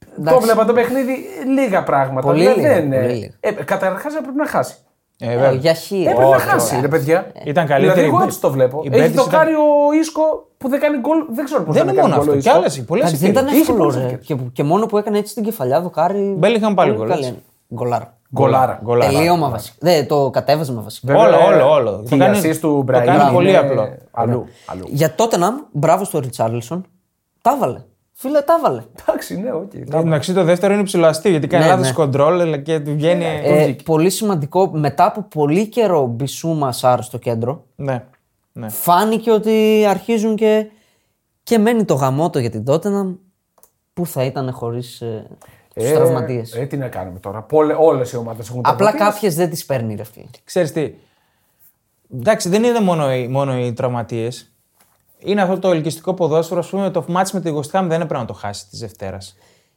το Εντάξει. βλέπα το παιχνίδι λίγα πράγματα. Πολύ Δηλαδή, λίγα, δεν, ε, πολύ λίγα. ε, Καταρχάς έπρεπε να χάσει. Ε, Ε, βέβαια. για χ. Έπρεπε να όχι, χάσει, όχι. Ε. ρε Ε, παιδιά. Ήταν καλύτερη Δηλαδή, εγώ η- έτσι το βλέπω. η Έχει Betis δοκάρει ο Ίσκο που δεν κάνει γκολ. Δεν ξέρω πώς Δεν δεν είναι κάνει μόνο γκολ. ο αυτό. Και Ίσκο. άλλες. Πολλές Εντάξει, δεν ήταν ευκαιρίε. Είχε εύκολο. πολλές Ρε. ευκαιρίες. Και, και, μόνο που έκανε έτσι την κεφαλιά δοκάρι. Μπέλιχαμ πάλι πολύ γκολ, καλή. έτσι. Γκολάρ. Γκολάρα. Γκολάρα. Τελείωμα βασικά. Δε, το κατέβασμα βασικά. Βέβαια, Όλο, όλο, όλο. τι Το κάνει- assist του το Μπραϊάν κάνει είναι πολύ απλό. Αλλού. αλλού. Για τότε να, μπράβο στο Ριτσάρλσον. Τα βάλε. Φίλε, τα βάλε. Εντάξει, ναι, οκ. Εντάξει, το δεύτερο είναι ψηλοαστή γιατί κάνει Ναι, λάθος ναι. κοντρόλ και του βγαίνει. Ε, πολύ σημαντικό, μετά από πολύ καιρό Μπισούμα Σάρ στο κέντρο, Ναι. ναι. φάνηκε ότι αρχίζουν και, και μένει το γαμότο για την Τότεναμ που θα ήταν χωρίς ε, τους Ε, τραυματίες. Ε, τι να κάνουμε τώρα. Όλες οι ομάδες έχουν Απλά τραυματίες. κάποιες δεν τις παίρνει, ρε φίλε. Ξέρεις τι. Εντάξει, δεν είναι μόνο οι, μόνο οι τραυματίες. Είναι αυτό το ελκυστικό ποδόσφαιρο. Ας πούμε, το μάτς με τη Γουστάμ δεν έπρεπε να το χάσει της Δευτέρας.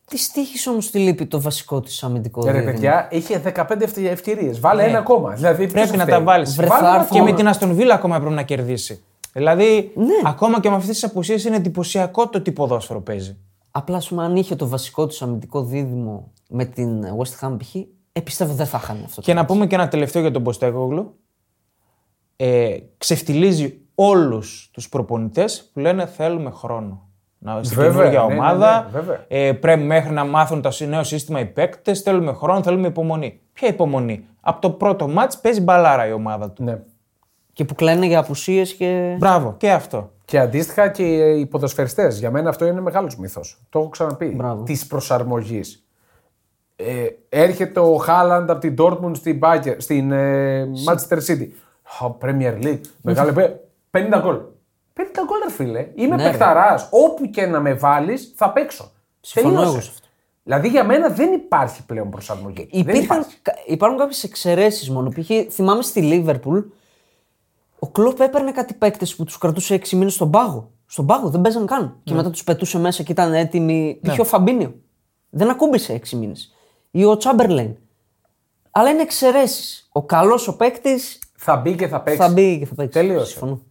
Τη τύχει όμως τη λύπη το βασικό της αμυντικό Ε, Ρε δίδυμο. παιδιά, είχε 15 ευκαιρίες. Βάλε ένα ακόμα. Δηλαδή, ποιος Ναι. Πρέπει να φταίει. τα βάλεις. Βρε, Βάλε θα ένα έρθω. Και με ακόμα. την Αστον Βίλα ακόμα έπρεπε να κερδίσει. Δηλαδή, ακόμα και με αυτές τις απουσίες είναι εντυπωσιακό το τι ποδόσφαιρο παίζει. Απλά, ας πούμε, αν είχε το βασικό του αμυντικό δίδυμο με την West Ham π.χ., ε, πιστεύω δεν θα χάνει αυτό. Και να πούμε και ένα τελευταίο για τον Ποστέκογλου. Ε, ξεφτιλίζει όλους τους προπονητές που λένε θέλουμε χρόνο. Να, στην Βέβαια, καινούργια ναι, ναι, ναι, ομάδα. βέβαια. ε, πρέπει μέχρι να μάθουν το νέο σύστημα οι παίκτες. Θέλουμε χρόνο, θέλουμε υπομονή. Ποια υπομονή. Από το πρώτο μάτ παίζει μπαλάρα η ομάδα του. Ναι. Και που κλαίνε για απουσίες και. Μπράβο, και αυτό. Και αντίστοιχα και οι ποδοσφαιριστές. Για μένα αυτό είναι μεγάλος μύθος. Το έχω ξαναπεί. Μπράβο. Της προσαρμογής. Ε, έρχεται ο Χάλαντ από την Dortmund στην, Bayern, στην ε, Manchester City. Ο Premier League. Μεγάλο πέ- 50 γκολ. 50 γκολ, ρε φίλε. Είμαι ναι, Ναι, ρε. Όπου και να με βάλεις, θα παίξω. Συμφωνώ Τελείωσε. εγώ σε αυτό. Δηλαδή για μένα δεν υπάρχει πλέον προσαρμογή. Δεν Υπήρχαν, υπάρχει. κα- υπάρχουν κάποιες εξαιρέσεις μόνο. Π.χ. θυμάμαι στη Λίβερπουλ, ο Κλοπ έπαιρνε κάτι παίκτες που τους κρατούσε 6 μήνες στον πάγο. Στον πάγο δεν παίζαν καν. Ναι. Και μετά τους πετούσε μέσα και ήταν έτοιμοι. Π.χ. ο Φαμπίνιο. Δεν ακούμπησε 6 μήνες. Ή ο Τσάμπερλεν. Αλλά είναι εξαιρέσεις. Ο καλός ο παίκτης Θα μπει και θα παίξει. θα μπει και θα παίξει. Τελείωσε. Συμφωνώ.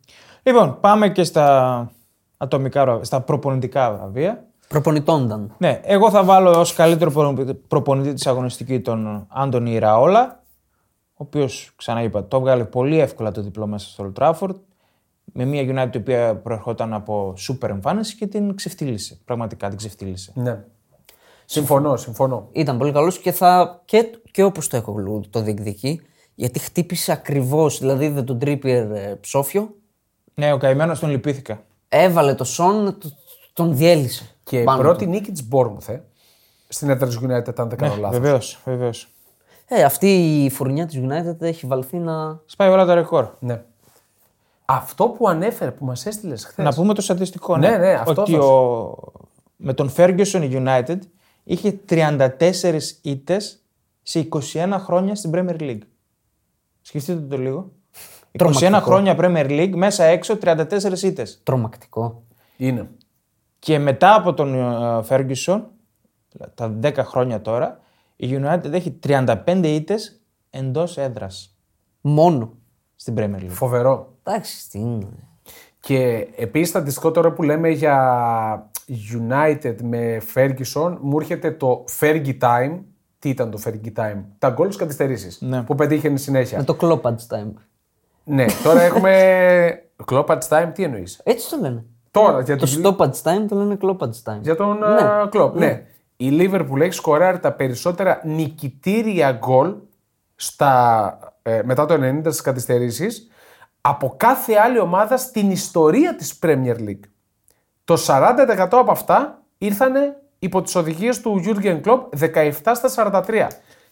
Λοιπόν, πάμε και στα ατομικά βρα- στα προπονητικά βραβεία. Προπονητών ήταν. Ναι, εγώ θα βάλω ως καλύτερο προ- προπονητή της αγωνιστική τον Άντωνη Ραόλα, ο οποίος, ξαναείπα, το έβγαλε πολύ εύκολα το διπλό μέσα στο Old Trafford, με μια United η οποία προερχόταν από σούπερ εμφάνιση και την ξεφτύλισε. Πραγματικά την ξεφτύλισε. Ναι. Συμφωνώ, συμφωνώ. Ήταν πολύ καλός και, θα... και, και όπως το έχω το διεκδικεί. Γιατί χτύπησε ακριβώς, δηλαδή δεν τον τρίπιερ ε, ψόφιο, Ναι, ο καημένος τον λυπήθηκα. έβαλε το Σον, το- τον διέλυσε. Και η πάνω πρώτη του. νίκη της Μπόρμουθ ε, στην έδρα τη United, αν δεν κάνω Ναι, λάθος. Βεβαίως, βεβαίως. Ε, αυτή η φουρνιά της United έχει βαλθεί να. Σπάει όλα τα ρεκόρ. Ναι. Αυτό που ανέφερε, που μας έστειλες χθες. Να πούμε το στατιστικό. Ναι, ναι, αυτό Ότι θα- ο... με τον Ferguson η United είχε 34 ήττες σε 21 χρόνια στην Premier League. Σκεφτείτε το λίγο. 21 Τρομακτικό. χρόνια Premier League, μέσα έξω 34 ήττες. Τρομακτικό. Είναι. Και μετά από τον ε, Ferguson, τα 10 χρόνια τώρα, η United έχει 35 ήττες εντός έδρας Μόνο. στην Premier League. Φοβερό. Εντάξει, τι είναι. Και επίσης στατιστικό τώρα που λέμε για United με Ferguson, μου έρχεται το Fergie Time. Τι ήταν το Fergie Time, τα γκολ στι καθυστερήσεις Ναι. που πετύχαινε συνέχεια. Με Ε, το κλόπατ time. ναι, τώρα έχουμε. Κλόπατ Time, τι εννοείς. Έτσι το λένε. Τώρα για Το την- stopatch time το λένε κλόπατ time. Για τον Κλοπ. Ναι. Η Λίβερπουλ έχει σκοράρει τα περισσότερα νικητήρια γκολ στα, ε, μετά το 90 στις καθυστερήσεις από κάθε άλλη ομάδα στην ιστορία της Premier League. Το 40% από αυτά ήρθαν υπό τις οδηγίες του Jurgen Klopp 17 στα 43.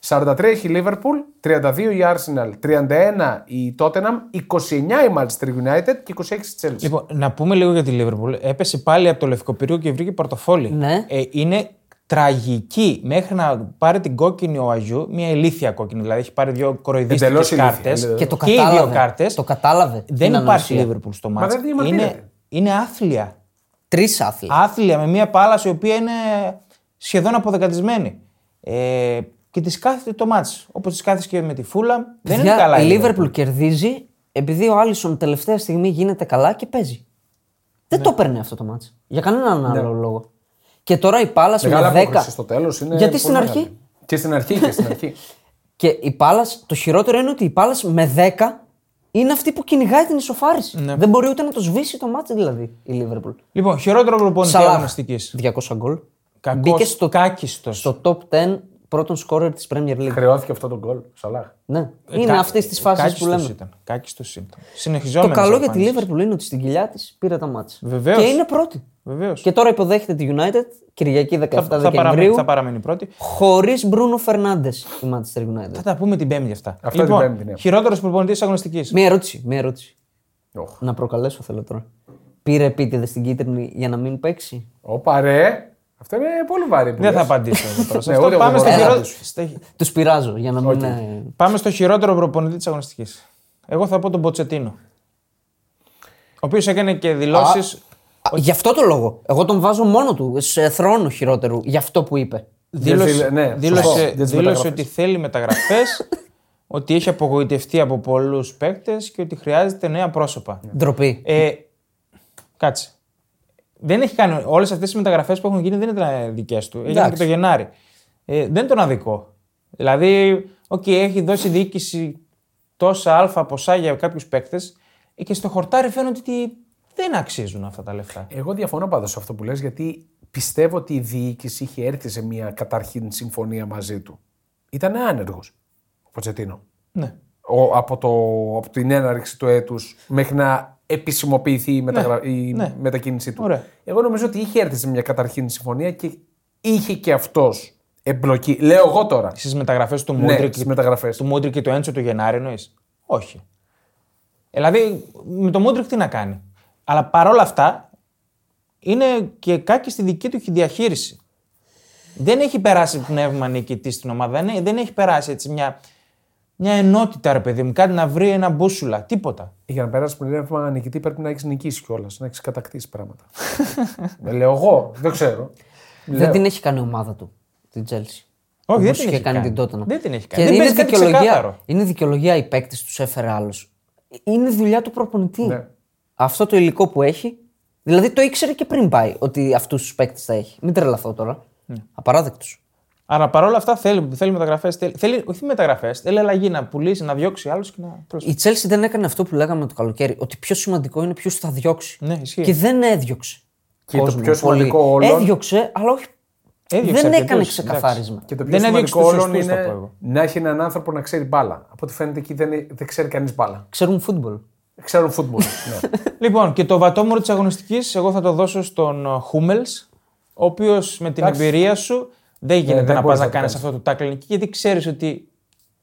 43 έχει η Liverpool, 32 η Arsenal, 31 η Tottenham, 29 η Manchester United και 26 η Chelsea. Λοιπόν, να πούμε λίγο για τη Λίβερπουλ. Έπεσε πάλι από το λευκοπυρίο και βρήκε πορτοφόλι. Ναι. Ε, είναι Τραγική μέχρι να πάρει την κόκκινη ο Αγιού, μια ηλίθια κόκκινη. Δηλαδή έχει πάρει δύο Εντελώς κοροϊδίστικε ηλίθια, κάρτες. εντελώς. Και το οι κατάλαβε. δύο κάρτες. Το κατάλαβε Δεν την υπάρχει ανοσία. Λίβερπουλ στο Μα μάτς. δεν διαμαρτύρεται. Είναι, είναι άθλια. Τρεις άθλοι. Άθλια με μια πάλαση η οποία είναι σχεδόν αποδεκατισμένη. Ε, και της κάθεται το μάτς. Όπως της κάθεται και με τη Φούλα. Δεν είναι Παιδιά, καλά. Η Λίβερπουλ κερδίζει επειδή ο Άλισον τελευταία στιγμή γίνεται καλά και παίζει. Δεν Ναι. το παίρνει αυτό το μάτς. Για κανέναν άλλο λόγο. Και τώρα η Πάλας Μεγάλη με 10. απόκριση στο τέλος. Γιατί στην αρχή. Και στην αρχή και στην αρχή. Και η Πάλας, το χειρότερο είναι ότι η Πάλας με 10 είναι αυτή που κυνηγάει την ισοφάριση. Ναι. Δεν μπορεί ούτε να το σβήσει το μάτς δηλαδή η Λίβερπουλ. Λοιπόν, χειρότερο προπονητή Σαλάχ. αγωνιστική. 200 γκολ. Κακός. Μπήκε στο, Κάκιστος. στο top 10 πρώτον σκόρερ της Premier League. Χρεώθηκε αυτό το γκολ. Σαλάχ. Ναι. ε, Είναι αυτή τη φάση που λέμε. Ήταν. Κάκιστος ήταν. Συνεχιζόμενο. Το καλό για τη Λίβερπουλ είναι ότι στην κοιλιά της πήρε τα μάτια. Βεβαίως. Και είναι πρώτη. Βεβαίως. Και τώρα υποδέχεται τη United Κυριακή 17 Θα, θα, παραμείνει, Δεκεμβρίου θα παραμείνει πρώτη. χωρίς Μπρούνο Φερνάντες η Manchester United. Θα τα πούμε την Πέμπτη αυτά. Αυτό λοιπόν, την Πέμπτη, ναι. Χειρότερος προπονητής αγωνιστικής. Μία ερώτηση, μία ερώτηση. Οχ. Να προκαλέσω θέλω τώρα. Πήρε επίτηδες στην κίτρινη για να μην παίξει. Όπα ρε. Αυτό είναι πολύ βαρύ. που Ναι, Δεν θα λες. απαντήσω εγώ τώρα. Σε Ναι, αυτό ούτε εγώ πάμε, στο μπορώ. χειρό... Έλα, στα- Τους πειράζω για να μην. ε, πάμε στο χειρότερο προπονητή της αγωνιστικής. Εγώ θα πω τον Ποτσετίνο. Ο οποίος έκανε και δηλώσεις. Α, Γι' αυτό το λόγο. Εγώ τον βάζω μόνο του σε θρόνο χειρότερου για αυτό που είπε. Δήλωσε, δηλ- ναι, σωστό. δήλωσε, Για τις δήλωσε μεταγραφές. ότι θέλει μεταγραφές, ότι έχει απογοητευτεί από πολλούς παίκτες και ότι χρειάζεται νέα πρόσωπα. Ναι. Ντροπή. Ε, κάτσε. Δεν έχει κάνει. Όλες αυτές τις μεταγραφές που έχουν γίνει δεν ήταν δικές του. Έγινε Εντάξει. και το Γενάρη. Ε, δεν τον αδικό. Δηλαδή, οκ, έχει δώσει η διοίκηση τόσα αλφα ποσά για κάποιους παίκτες και στο χορτάρι φαίνεται ότι δεν αξίζουν αυτά τα λεφτά. Εγώ διαφωνώ πάντως σε αυτό που λες γιατί πιστεύω ότι η διοίκηση είχε έρθει σε μια καταρχήν συμφωνία μαζί του. Ήταν άνεργος ο Ποτσετίνο. Ναι. Ο, από, το, από την έναρξη του έτους μέχρι να επισημοποιηθεί η, μεταγρα... η ναι. μετακίνησή του. Ωραία. Εγώ νομίζω ότι είχε έρθει σε μια καταρχήν συμφωνία και είχε και αυτός εμπλοκή. Λέω εγώ τώρα. Στις μεταγραφές του Ναι, Μούντρικ στις μεταγραφές. του Μούντρικ και του Έντσο του Γενάρη εννοείς. Όχι. Ε, δηλαδή, με το Μούντρικ τι να κάνει. Αλλά παρόλα αυτά, είναι και κάκι στη δική του διαχείριση. Δεν έχει περάσει πνεύμα νικητής στην ομάδα. Ναι, δεν έχει περάσει έτσι μια, μια ενότητα, ρε παιδί μου. Κάτι να βρει ένα μπούσουλα. Τίποτα. Για να περάσει πνεύμα νικητή πρέπει να έχεις νικήσει κιόλας, να έχεις κατακτήσει πράγματα. Ε, Λέω εγώ, δεν ξέρω. Δεν την έχει κάνει η ομάδα του, την Chelsea. Όχι, Όπως δεν την είχε έχει κάνει, κάνει. την Tottenham. Δεν την έχει Και κάνει. Δεν είναι, παίζει κάτι δικαιολογία, ξεκάθαρο. είναι δικαιολογία οι παίκτε τους έφερε άλλο. Είναι δουλειά του προπονητή. Ναι. Αυτό το υλικό που έχει. Δηλαδή το ήξερε και πριν πάει ότι αυτούς τους παίκτες θα έχει. Μην τρελαθώ τώρα. Ναι. Απαράδεκτος. Αλλά παρόλα αυτά θέλει, θέλει μεταγραφές. Θέλει, θέλει, όχι μεταγραφές, θέλει αλλαγή να πουλήσει, να διώξει άλλους και να πρόσφυγει. Η Chelsea δεν έκανε αυτό που λέγαμε το καλοκαίρι. Ότι πιο σημαντικό είναι ποιος θα διώξει. Ναι, ισχύει. και δεν έδιωξε. Και το κόσμος πιο πολύ. σημαντικό όλων- Έδιωξε, αλλά όχι. Έδιωξε δεν αρκετούς, έκανε εντάξει. ξεκαθάρισμα. Και το πιο Δεν έδιωξε σημαντικό τους όλων σωστούς, θα πω είναι εγώ. να έχει έναν άνθρωπο να ξέρει μπάλα. Από ό,τι φαίνεται εκεί δεν, δεν ξέρει κανείς μπάλα. Ξέρουν φούτμπολ. Ξέρουν φούτμπολ. ναι. Λοιπόν, και το βατόμουρο της αγωνιστικής, εγώ θα το δώσω στον Χούμελ, ο οποίος με την εμπειρία σου Ε, δεν γίνεται δεν να πα μπορείς να να το κάνεις κάνεις. αυτό το tackling εκεί, γιατί ξέρεις ότι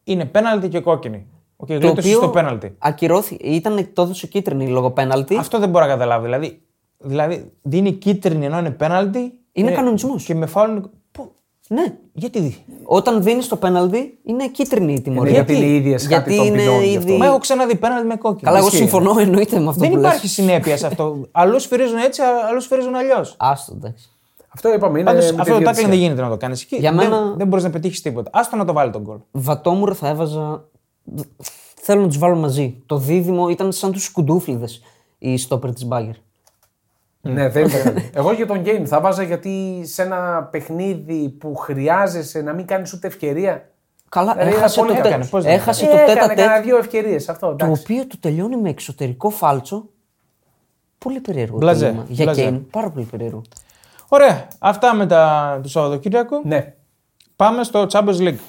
είναι πέναλτι και κόκκινη. Ο Το Κεγλίτο οποίο στο πέναλτι. ακυρώθηκε. Ήταν το έδωσε κίτρινη λόγω πέναλτι. Αυτό δεν μπορώ να καταλάβω. Δηλαδή, δηλαδή δίνει κίτρινη ενώ είναι πέναλτι. Είναι κανονισμός. Και με φάουλ. Πού, Ναι. γιατί. Όταν δίνεις το πέναλτι, είναι κίτρινη η τιμωρία. Είναι γιατί είναι ήδη εσχάτη Γιατί των είναι ποινών γι' ήδη- αυτό. Μα έχω ξαναδεί πέναλτι με κόκκινη. Ε, Καλά, εγώ Ισχύει. συμφωνώ, εννοείται με αυτό Δεν που υπάρχει συνέπεια σε αυτό. Αλλούς σφυρίζουν έτσι, αλλού σφυρίζουν αλλιώ. λες. Άστο, εντάξει. Αυτό είπαμε. Είναι Πάντως, με τη αυτό το διαιτησία. tackling δεν γίνεται να το κάνεις εκεί. Για μένα- Δεν, δεν μπορείς να πετύχεις τίποτα. Άστο να το βάλει τον γκολ. Βατόμουρο θα έβαζα. Θέλω να τους βάλω μαζί. Το δίδυμο ήταν σαν τους σκουντούφλιδες οι στόπερ της Μπάγκερ. Ναι, δεν ήταν. Εγώ για τον Γκέιν θα βάζα γιατί σε ένα παιχνίδι που χρειάζεσαι να μην κάνεις ούτε ευκαιρία. Καλά, Δηλαδή, έχασε το, πολύ τε... έκανε, πώς δεν έχασε το έκανε τέτα τέτ, κανένα δύο ευκαιρίες αυτό. το εντάξει. οποίο το τελειώνει με εξωτερικό φάλτσο. Πολύ περίεργο. Μπλαζέ, το βήμα. Για μπλαζέ. Κέιν, πάρα πολύ περίεργο. Ωραία. Αυτά με τα του Σαββατοκύριακου. Ναι. Πάμε στο Champions League.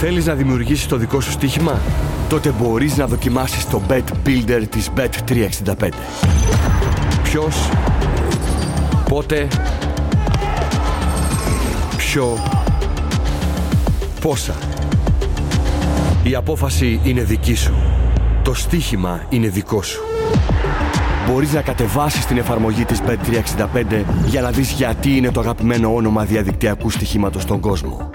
Θέλεις να δημιουργήσεις το δικό σου στοίχημα? Τότε μπορείς να δοκιμάσεις το Bet Builder της Bet365. Ποιος, πότε, ποιο, πόσα. Η απόφαση είναι δική σου. Το στοίχημα είναι δικό σου. μπορείς να κατεβάσεις την εφαρμογή της Bet365 για να δεις γιατί είναι το αγαπημένο όνομα διαδικτυακού στοιχήματος στον κόσμο.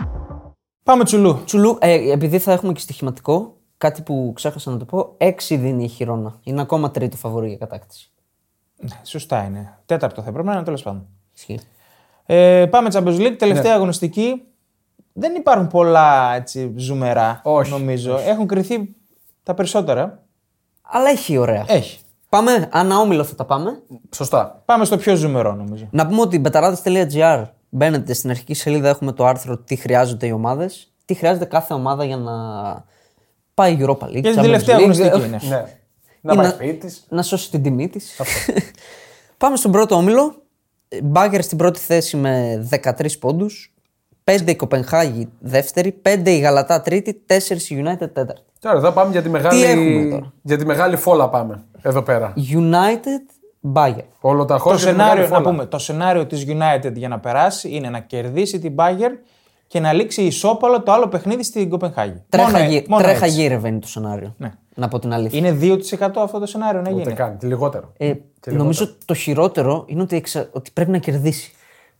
Πάμε τσουλού. Τσουλού, ε, επειδή θα έχουμε και στοιχηματικό, κάτι που ξέχασα να το πω, 6 δίνει η χειρόνα. Είναι ακόμα τρίτο φαβορή για κατάκτηση. Ναι, Σωστά είναι. Τέταρτο θα πρέπει να είναι, τέλος πάντων. Ισχύει. Ε, πάμε Champions League, τελευταία Ναι. αγωνιστική. Δεν υπάρχουν πολλά έτσι, ζουμερά, Όχι, νομίζω. Έχουν κρυθεί τα περισσότερα. Αλλά έχει ωραία. Έχει. Πάμε, αναόμιλο θα τα πάμε. Σωστά. Πάμε στο πιο ζουμερό, νομίζω. Να πούμε ότι μπεταράδε.gr μπαίνετε στην αρχική σελίδα, έχουμε το άρθρο τι χρειάζονται οι ομάδες, τι χρειάζεται κάθε ομάδα για να πάει η Europa Για League. την Champions τελευταία League. αγωνιστική είναι. Ναι. Να Ή πάει σπίτι της. να σώσει την τιμή της. Πάμε στον πρώτο όμιλο. Μπάγκερ στην πρώτη θέση με 13 πόντου. 5 η Κοπενχάγη δεύτερη. 5 η Γαλατά τρίτη. 4 η United τέταρτη. Τώρα εδώ πάμε για τη Τι έχουμε μεγάλη, τώρα? για τη μεγάλη φόλα πάμε εδώ πέρα. United Μπάγκερ. Όλο τα Το χώρια. σενάριο, να πούμε, το σενάριο της United για να περάσει είναι να κερδίσει την Bayern και να λήξει ισόπαλο το άλλο παιχνίδι στην Κοπενχάγη. Τρέχα, Μόνο- γύρευε μόνο τρέχα έτσι. γύρευε είναι το σενάριο. Ναι. Να πω την αλήθεια. Είναι 2% αυτό το σενάριο να Ούτε γίνει. καν, τι λιγότερο. Ε, νομίζω το χειρότερο είναι ότι, εξα- ότι πρέπει να κερδίσει.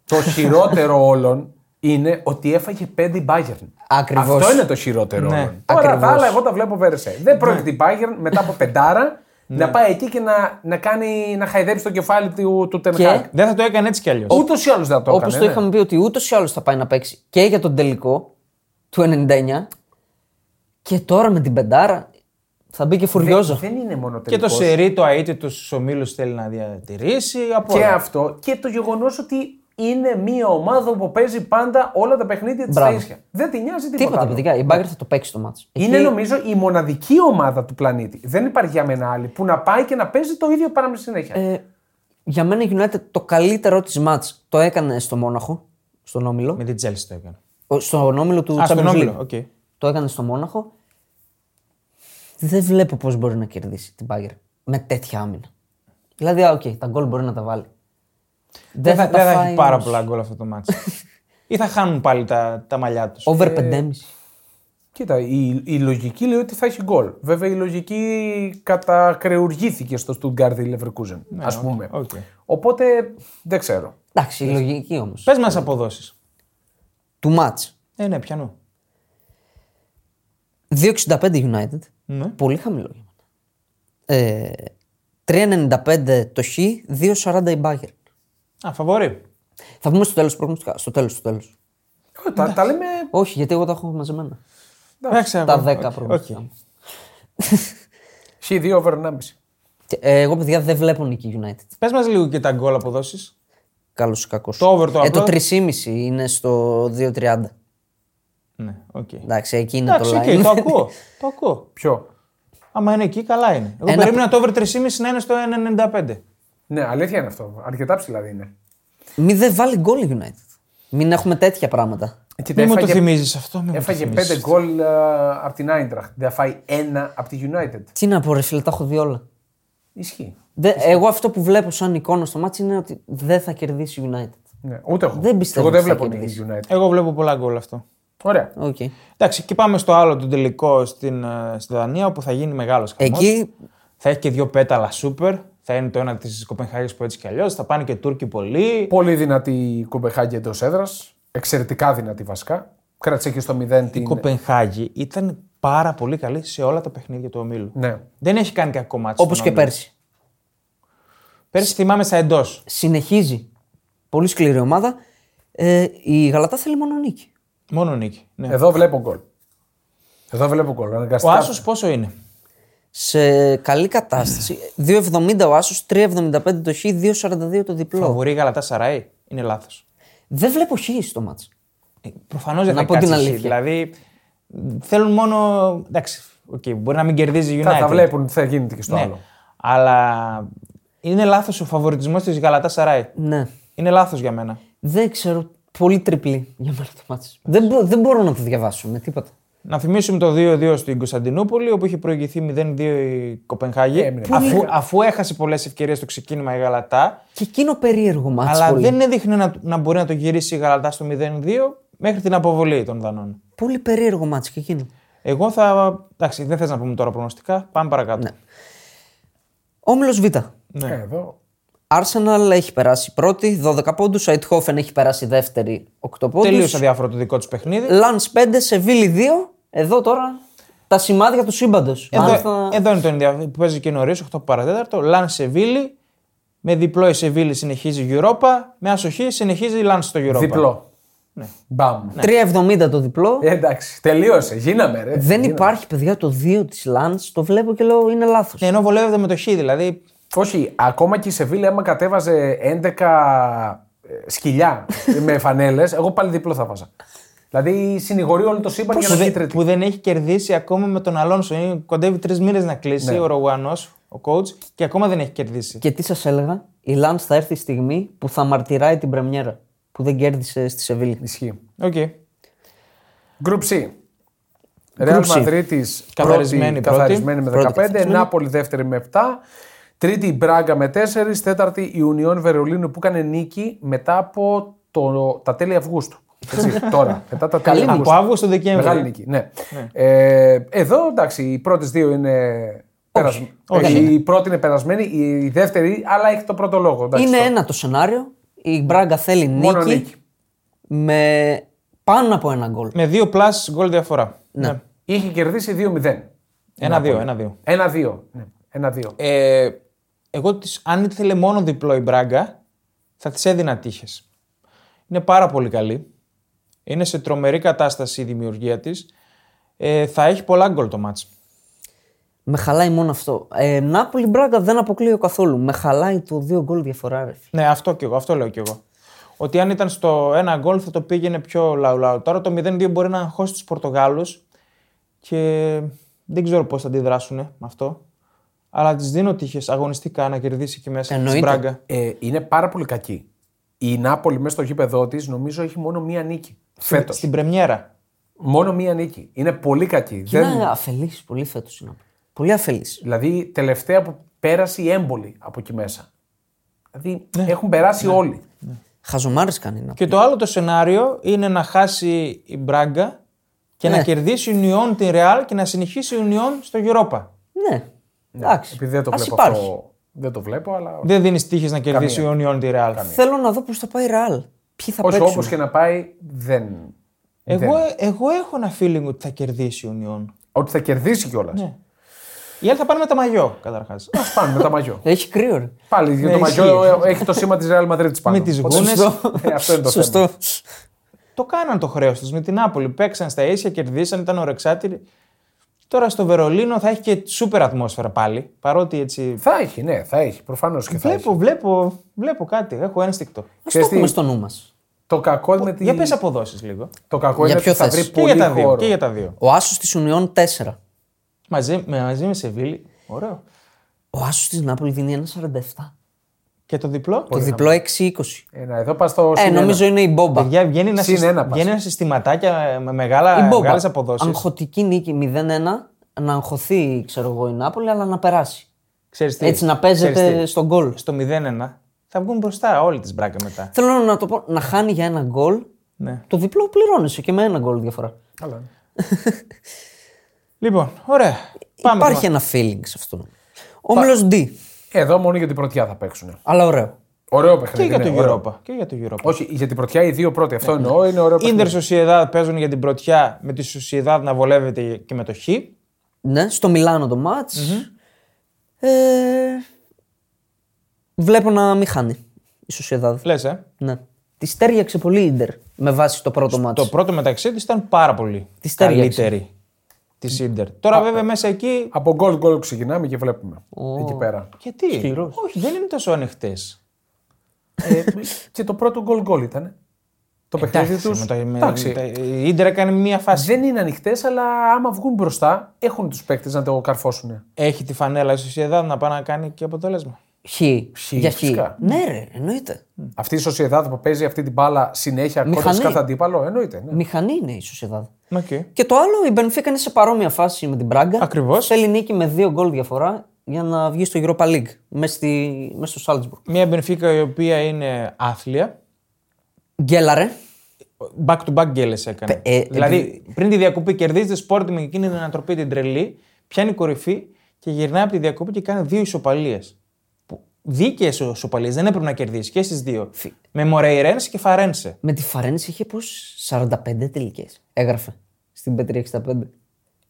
Το χειρότερο όλων είναι ότι έφαγε 5 η Bayern. Ακριβώς. Αυτό είναι το χειρότερο Ναι. όλων. Τώρα Ακριβώς. Ναι. τα άλλα εγώ τα βλέπω πέρυσι. Δεν πρόκειται η Bayern μετά από πεντάρα να πάει εκεί και να, να, κάνει, να χαϊδέψει το κεφάλι του, του Ten Και- Hag. Δεν θα το έκανε έτσι κι αλλιώς. Ούτως ή άλλως δεν το Όπω έκανε. το ναι. είχαμε πει ότι ούτως ή άλλως θα πάει να παίξει και για τον τελικό του 99. Και τώρα με την πεντάρα θα μπει και φουριόζο. ναι. Δεν είναι μόνο τελικός. Και το σερί, το αίτητο τους ομίλους θέλει να διατηρήσει. Από Και όλα. αυτό και το γεγονός ότι είναι μια ομάδα που παίζει πάντα όλα τα παιχνίδια της Μπράβο. ίσια. Δεν τη νοιάζει τίποτα. Τίποτα, άλλο. παιδιά. Η Μπάγκερ θα το παίξει το μάτσο. Είναι νομίζω η μοναδική ομάδα του πλανήτη. Δεν υπάρχει για μένα άλλη που να πάει και να παίζει το ίδιο πράγμα συνέχεια. Ε, Για μένα η United το καλύτερό της μάτς το έκανε στο Μόναχο, στον Όμιλο. Με την Chelsea το έκανε. Ο- Στον Όμιλο του Α, στον Champions όμιλο. League. οκ. Το έκανε στο Μόναχο. Δεν βλέπω πώς μπορεί να κερδίσει την Μπάγκερ με τέτοια άμυνα. Δηλαδή, α, οκ, τα γκολ μπορεί να τα βάλει. Δεν θα, δεν θα φάει έχει πάρα όμως. πολλά γκολ αυτό το μάτσο. ή θα χάνουν πάλι τα, τα μαλλιά τους. Over 5,5. Κοίτα, η, η λογική λέει ότι θα έχει γκολ. Βέβαια, η λογική κατακρεουργήθηκε στο Stuttgart η Leverkusen, Ναι, ας πούμε. οκ. Οπότε δεν ξέρω. Εντάξει, η λογική όμως. Πες μας αποδόσεις. Του μάτς. Ε, ναι, πιανού. 2,65 United. Ναι. Πολύ χαμηλό για μένα. Ε, 3,95 το Χ, 2,40 η Μπάγκερ. Α, φαβορεί. Θα πούμε στο τέλος προγνωστικά. Στο τέλος, στο τέλος. Ε, Τα, τα λέμε. Όχι, γιατί εγώ τα έχω μαζεμένα. Εντάξει, Τα εγώ- 10 οκ, προγνωστικά. οκ. μου. Χ2 over 1,5. Και, ε, εγώ, παιδιά, δεν βλέπω νική United. Πες μας λίγο και τα γκολ αποδόσεις. Καλό ή κακό. Το over το ε, το απλό. 3,5 είναι στο 2,30. Ναι, οκ. Εντάξει, εκεί είναι Εντάξει, το οκ, line. το ακούω. Το ακούω. Ποιο. Άμα είναι εκεί, καλά είναι. Εγώ Ένα- περίμενα το over 3,5 να είναι στο 1,95. Ναι, αλήθεια είναι αυτό. Αρκετά ψηλά δεν είναι. Μην δεν βάλει γκολ η United. Μην έχουμε τέτοια πράγματα. Κοίτα, Μην Ναι, μου το έφαγε- θυμίζεις αυτό. μη μου το Έφαγε θυμίζεις. 5 γκολ από την Άιντραχτ. Δεν θα φάει ένα από τη United. Τι να πω, ρε φίλε, τα έχω δει όλα. Ισχύει. Δε, εγώ αυτό που βλέπω σαν εικόνα στο μάτι είναι ότι δεν θα κερδίσει η United. Ναι, ούτε εγώ. Δεν πιστεύω Εγώ δεν ότι θα βλέπω την United. Εγώ βλέπω πολλά γκολ αυτό. Ωραία. Okay. Εντάξει, και πάμε στο άλλο, τον τελικό στην, ε, στη Δανία, όπου θα γίνει μεγάλος χαμός. Εκεί Θα έχει και δύο πέταλα σούπερ. Θα είναι το ένα της Κοπενχάγης που έτσι κι αλλιώς. Θα πάνε και Τούρκοι πολλοί. Πολύ δυνατή η Κοπεχάγη εντός έδρας. Εξαιρετικά δυνατή βασικά. Κράτησε και στο 0 την. Η Κοπενχάγη ήταν πάρα πολύ καλή σε όλα τα παιχνίδια του ομίλου. Ναι. Δεν έχει κάνει κακό μάτι. όπως και πέρσι. Πέρσι θυμάμαι στα εντός. Συνεχίζει. Πολύ σκληρή ομάδα. Ε, η Γαλατά θέλει μόνο νίκη. Μόνο νίκη. Ναι. Εδώ βλέπω γκολ. Εδώ βλέπω γκολ. Ο Αναγκαστικά. Άσος πόσο είναι. Σε καλή κατάσταση. 2,70 ο Άσος, 3,75 το Χ, 2,42 το διπλό. Φαβορεί Γαλατά Σαράι. Είναι λάθος. Δεν βλέπω Χ στο μάτς. Προφανώς δεν Να θα πω την κάτσει αλήθεια. εσύ. Δηλαδή θέλουν μόνο. Εντάξει, οκ, μπορεί να μην κερδίζει η United. Ναι, Θα τα βλέπουν τι θα γίνεται και στο άλλο. Αλλά είναι λάθος ο φαβορητισμός της Γαλατά Σαράι. Ναι. Είναι λάθος για μένα. Δεν ξέρω. Πολύ τριπλή για μένα το μάτς. Δεν, μπο- δεν μπορώ να το διαβάσω με τίποτα. Να θυμίσουμε το 2-2 στην Κωνσταντινούπολη, όπου είχε προηγηθεί 0-2 η Κοπενχάγη. Έμεινε αφού, αφού έχασε πολλές ευκαιρίες στο ξεκίνημα η Γαλατά. Και εκείνο περίεργο μάτς αλλά πολύ. δεν έδειχνε να, να μπορεί να το γυρίσει η Γαλατά στο 0-2 μέχρι την αποβολή των Δανών. Πολύ περίεργο μάτς και εκείνο. Εγώ Ναι. θα. Εντάξει, δεν θες να πούμε τώρα προγνωστικά. Πάμε παρακάτω. Όμιλος Β. ναι. Ε, εδώ. Arsenal έχει περάσει πρώτη, 12 πόντου. Αιτχόφεν έχει περάσει δεύτερη, 8 πόντους. Τελείωσε αδιάφορο το δικό του παιχνίδι. Λαν 5, Σεβίλη 2. Εδώ τώρα τα σημάδια του σύμπαντος. Εδώ, εδώ είναι το ενδιαφέρον που παίζει και νωρίς, 8 παρατέταρτο. Λαν Σεβίλη. Με διπλό η Σεβίλη συνεχίζει Europa. Με ασοχή συνεχίζει η Λαν στο Europa. Διπλό. Ναι. Μπαμ. 3,70 το διπλό. Ε, εντάξει, τελείωσε. Γίναμε, ρε. Δεν Γίναμε. υπάρχει, παιδιά, το 2 τη Λαν. Το βλέπω και λέω είναι λάθος. Ε. Ναι, ενώ βολεύεται με το χ, δηλαδή. Όχι, ακόμα και η Σεβίλη, άμα κατέβαζε 11 ε, σκυλιά με φανέλες, εγώ πάλι διπλό θα βάζα. Δηλαδή συνηγορεί όλο το σύμπαν για Που, να βγει δεν- τρίτη. που δεν έχει κερδίσει ακόμα με τον Αλόνσο. Είναι, κοντεύει τρεις μήνε να κλείσει ο Ρογουανός, ο coach, και ακόμα δεν έχει κερδίσει. Και τι σας έλεγα, η Λαν θα έρθει η στιγμή που θα μαρτυράει την Πρεμιέρα που δεν κέρδισε στη Σεβίλη. Ισχύει. Οκ. Group C. Ρεάλ C. Μαδρίτη Καθαρισμένη πρώτη. καθαρισμένη με Πρώτη 15, Νάπολη δεύτερη με 7, τρίτη η Μπράγκα με 4, τέταρτη η Ουνιόν Βερολίνου που έκανε νίκη μετά από το, τα τέλη Αυγούστου. Έτσι, τώρα, μετά τα τέλη Από Αυγούστου. Αύγουστο Δεκέμβρη. Μεγάλη νίκη, ναι. Ε, εδώ εντάξει, οι πρώτες δύο είναι. περασ- όχι. ναι. Η πρώτη είναι περασμένη, η η δεύτερη, αλλά έχει το πρώτο λόγο. εντάξει, Είναι τώρα. ένα το σενάριο. Η Μπράγκα θέλει Μόνο νίκη, νίκη. με πάνω από ένα γκολ. Με δύο πλάσ γκολ διαφορά. Ναι. Είχε κερδίσει 2-0. Ένα-δύο, ένα-δύο. 1-2. Ναι. 1-2. Ε, εγώ της, αν ήθελε μόνο διπλό η Μπράγκα, θα τη έδινα τύχες. Είναι πάρα πολύ καλή. Είναι σε τρομερή κατάσταση η δημιουργία της. Ε, θα έχει πολλά γκολ το μάτς. Με χαλάει μόνο αυτό. Ε, Νάπολη Μπράγκα δεν αποκλείω καθόλου. Με χαλάει το δύο γκολ διαφορά, ρε. φίλε. Ναι, αυτό κι εγώ, αυτό λέω κι εγώ. Ότι αν ήταν στο ένα γκολ θα το πήγαινε πιο λαού-λαού. Τώρα το 0-2 μπορεί να αγχώσει τους Πορτογάλους και δεν ξέρω πώς θα αντιδράσουν με αυτό. Αλλά της δίνω τύχες αγωνιστικά να κερδίσει και μέσα στην Εννοείται. Μπράγκα. Ε, είναι πάρα πολύ κακή. Η Νάπολη μέσα στο γήπεδό της νομίζω έχει μόνο μία νίκη. Φέτος. Στην Πρεμιέρα. Μόνο μία νίκη. Είναι πολύ κακή. Και Δεν... είναι αφελής πολύ φέτος η Νάπολη. Πολύ αφελής. Δηλαδή, τελευταία που πέρασε η έμπολη από εκεί μέσα. Δηλαδή, έχουν περάσει όλοι. Χαζομάρες κάνει η Νάπολη. Και το άλλο το σενάριο είναι να χάσει η Μπράγκα και Ναι. να κερδίσει η Union την Ρεάλ και να συνεχίσει η Union στο Europa. Ναι. Εντάξει. Επειδή δεν το Ας βλέπω υπάρχει. αυτό. Δεν το βλέπω, αλλά. Δεν δίνεις τύχες να κερδίσει η Union τη Ρεάλ. Θέλω να δω πώς θα πάει η Ρεάλ. Ποιοι θα Όσο παίξουν. όπως και να πάει, δεν. Εγώ, ε, εγώ έχω ένα feeling ότι θα κερδίσει η Union. Ότι θα κερδίσει κιόλας. Ναι. Η άλλη θα πάνε με τα μαγιό καταρχάς. Πάνε με τα μαγιό. Έχει κρύο, ρε. Πάλι για το μαγιό ε, έχει το σήμα της Real Madrid πάνω. τις Οπότε, γούνες. ε, Αυτό είναι το θέμα. Σωστό. το κάναν το χρέος τους με την Νάπολη. Παίξαν στα ίσια, κερδίσαν, ήταν ορεξάτηροι. Τώρα στο Βερολίνο θα έχει και σούπερ ατμόσφαιρα πάλι. Παρότι έτσι. Θα έχει, ναι, θα έχει. Προφανώς και θα έχει. Βλέπω, βλέπω, βλέπω κάτι. Έχω ένστικτο. Ας το Ξέρεις τι- έχουμε στο νου μας. Το κακό με τη... Για πες αποδόσεις λίγο. Το κακό Για είναι ότι ποιο θα θες? βρει Και για, πολύ τα δύο, χώρο. και για τα δύο. Ο Άσος της Ουνιών 4. Μαζί με, μαζί με Σεβίλη. Ωραίο. Ο Άσος της Νάπολης δίνει 1,47. Και το διπλό. Το διπλό 6,20. Ένα, εδώ πας στο. Ε, συν νομίζω ένα. είναι η μπόμπα. Παιδιά, βγαίνει ένα, Συν συσ- ένα πας. βγαίνει ένα συστηματάκια ε, με μεγάλα, Η μπόμπα. μεγάλες αποδόσεις. Αγχωτική νίκη 0-1. Να αγχωθεί, ξέρω εγώ, η Νάπολη, αλλά να περάσει. Ξέρεις τι, Έτσι να ξέρεις παίζεται τι. στον γκολ. Στο 0-1 θα βγουν μπροστά όλοι τις μπράκα μετά. Θέλω να το πω, να χάνει για ένα γκολ. Ναι. Το διπλό πληρώνεσαι και με ένα γκολ διαφορά. Καλά. Λοιπόν, ωραία. Πάμε. Υπάρχει ένα feeling σε αυτό. Όμιλος D. Εδώ μόνο για την πρωτιά θα παίξουν. Αλλά ωραίο. Ωραίο Και παιχνίδι. για ναι, το Ναι, ωραίο. Europa. Και για το Europa. Όχι, για την πρωτιά οι δύο πρώτοι. Αυτό εννοώ. Είναι ωραίο παιχνίδι. Ίντερ Σοσιεδάδ παίζουν για την πρωτιά με τη Σοσιεδάδ να βολεύεται και με το Χ. Ναι, στο Μιλάνο το μάτς. Ε, βλέπω να μην χάνει η Σοσιαδάδ. Λες, ε. Ναι. Τη στέριαξε πολύ η Ιντερ με βάση το πρώτο Το μάτς. πρώτο μεταξύ της ήταν πάρα πολύ Της τέριαξε. καλύτερη τη Ίντερ. Τώρα βέβαια μέσα εκεί. Από γκολ γκολ ξεκινάμε και βλέπουμε. Εκεί πέρα. Γιατί. Όχι, δεν είναι τόσο ανοιχτές. ε, και το πρώτο γκολ γκολ ήταν. Το παιχνίδι του. Η Ίντερ έκανε μία φάση. Δεν είναι ανοιχτές, αλλά άμα βγουν μπροστά, έχουν τους παίκτες να το καρφώσουν. Έχει τη φανέλα η Σοσιεδάδ να πάει να κάνει και αποτέλεσμα. Χ. Για χ. φυσικά. Ναι, ρε, εννοείται. Αυτή η Σοσιαδάδ που παίζει αυτή την μπάλα συνέχεια Μηχανή. κόντρα σε κάθε αντίπαλο, εννοείται. Ναι. Μηχανή είναι η Σοσιαδάδ. Οκ. Και το άλλο, η Μπενφίκα είναι σε παρόμοια φάση με την Μπράγκα. Ακριβώς. Θέλει νίκη με δύο γκολ διαφορά για να βγει στο Europa League μέσα, στη... μέσα στο Σάλτσμπουργκ. Μία Μπενφίκα η οποία είναι άθλια. Γκέλαρε. Back to back γκέλες έκανε. Ε, ε, δηλαδή, πριν τη διακοπή, κερδίζει τη σπόρτη με εκείνη την ανατροπή την τρελή, πιάνει κορυφή και γυρνάει από τη διακοπή και κάνει δύο ισοπαλίες. δίκαιες ισοπαλίες. Δεν έπρεπε να κερδίσει και στις δύο. Με Μορέιρενς και Φαρένσε. Με τη Φαρένση είχε πώς 45 τελικές. Έγραφε στην Πέτρη 65.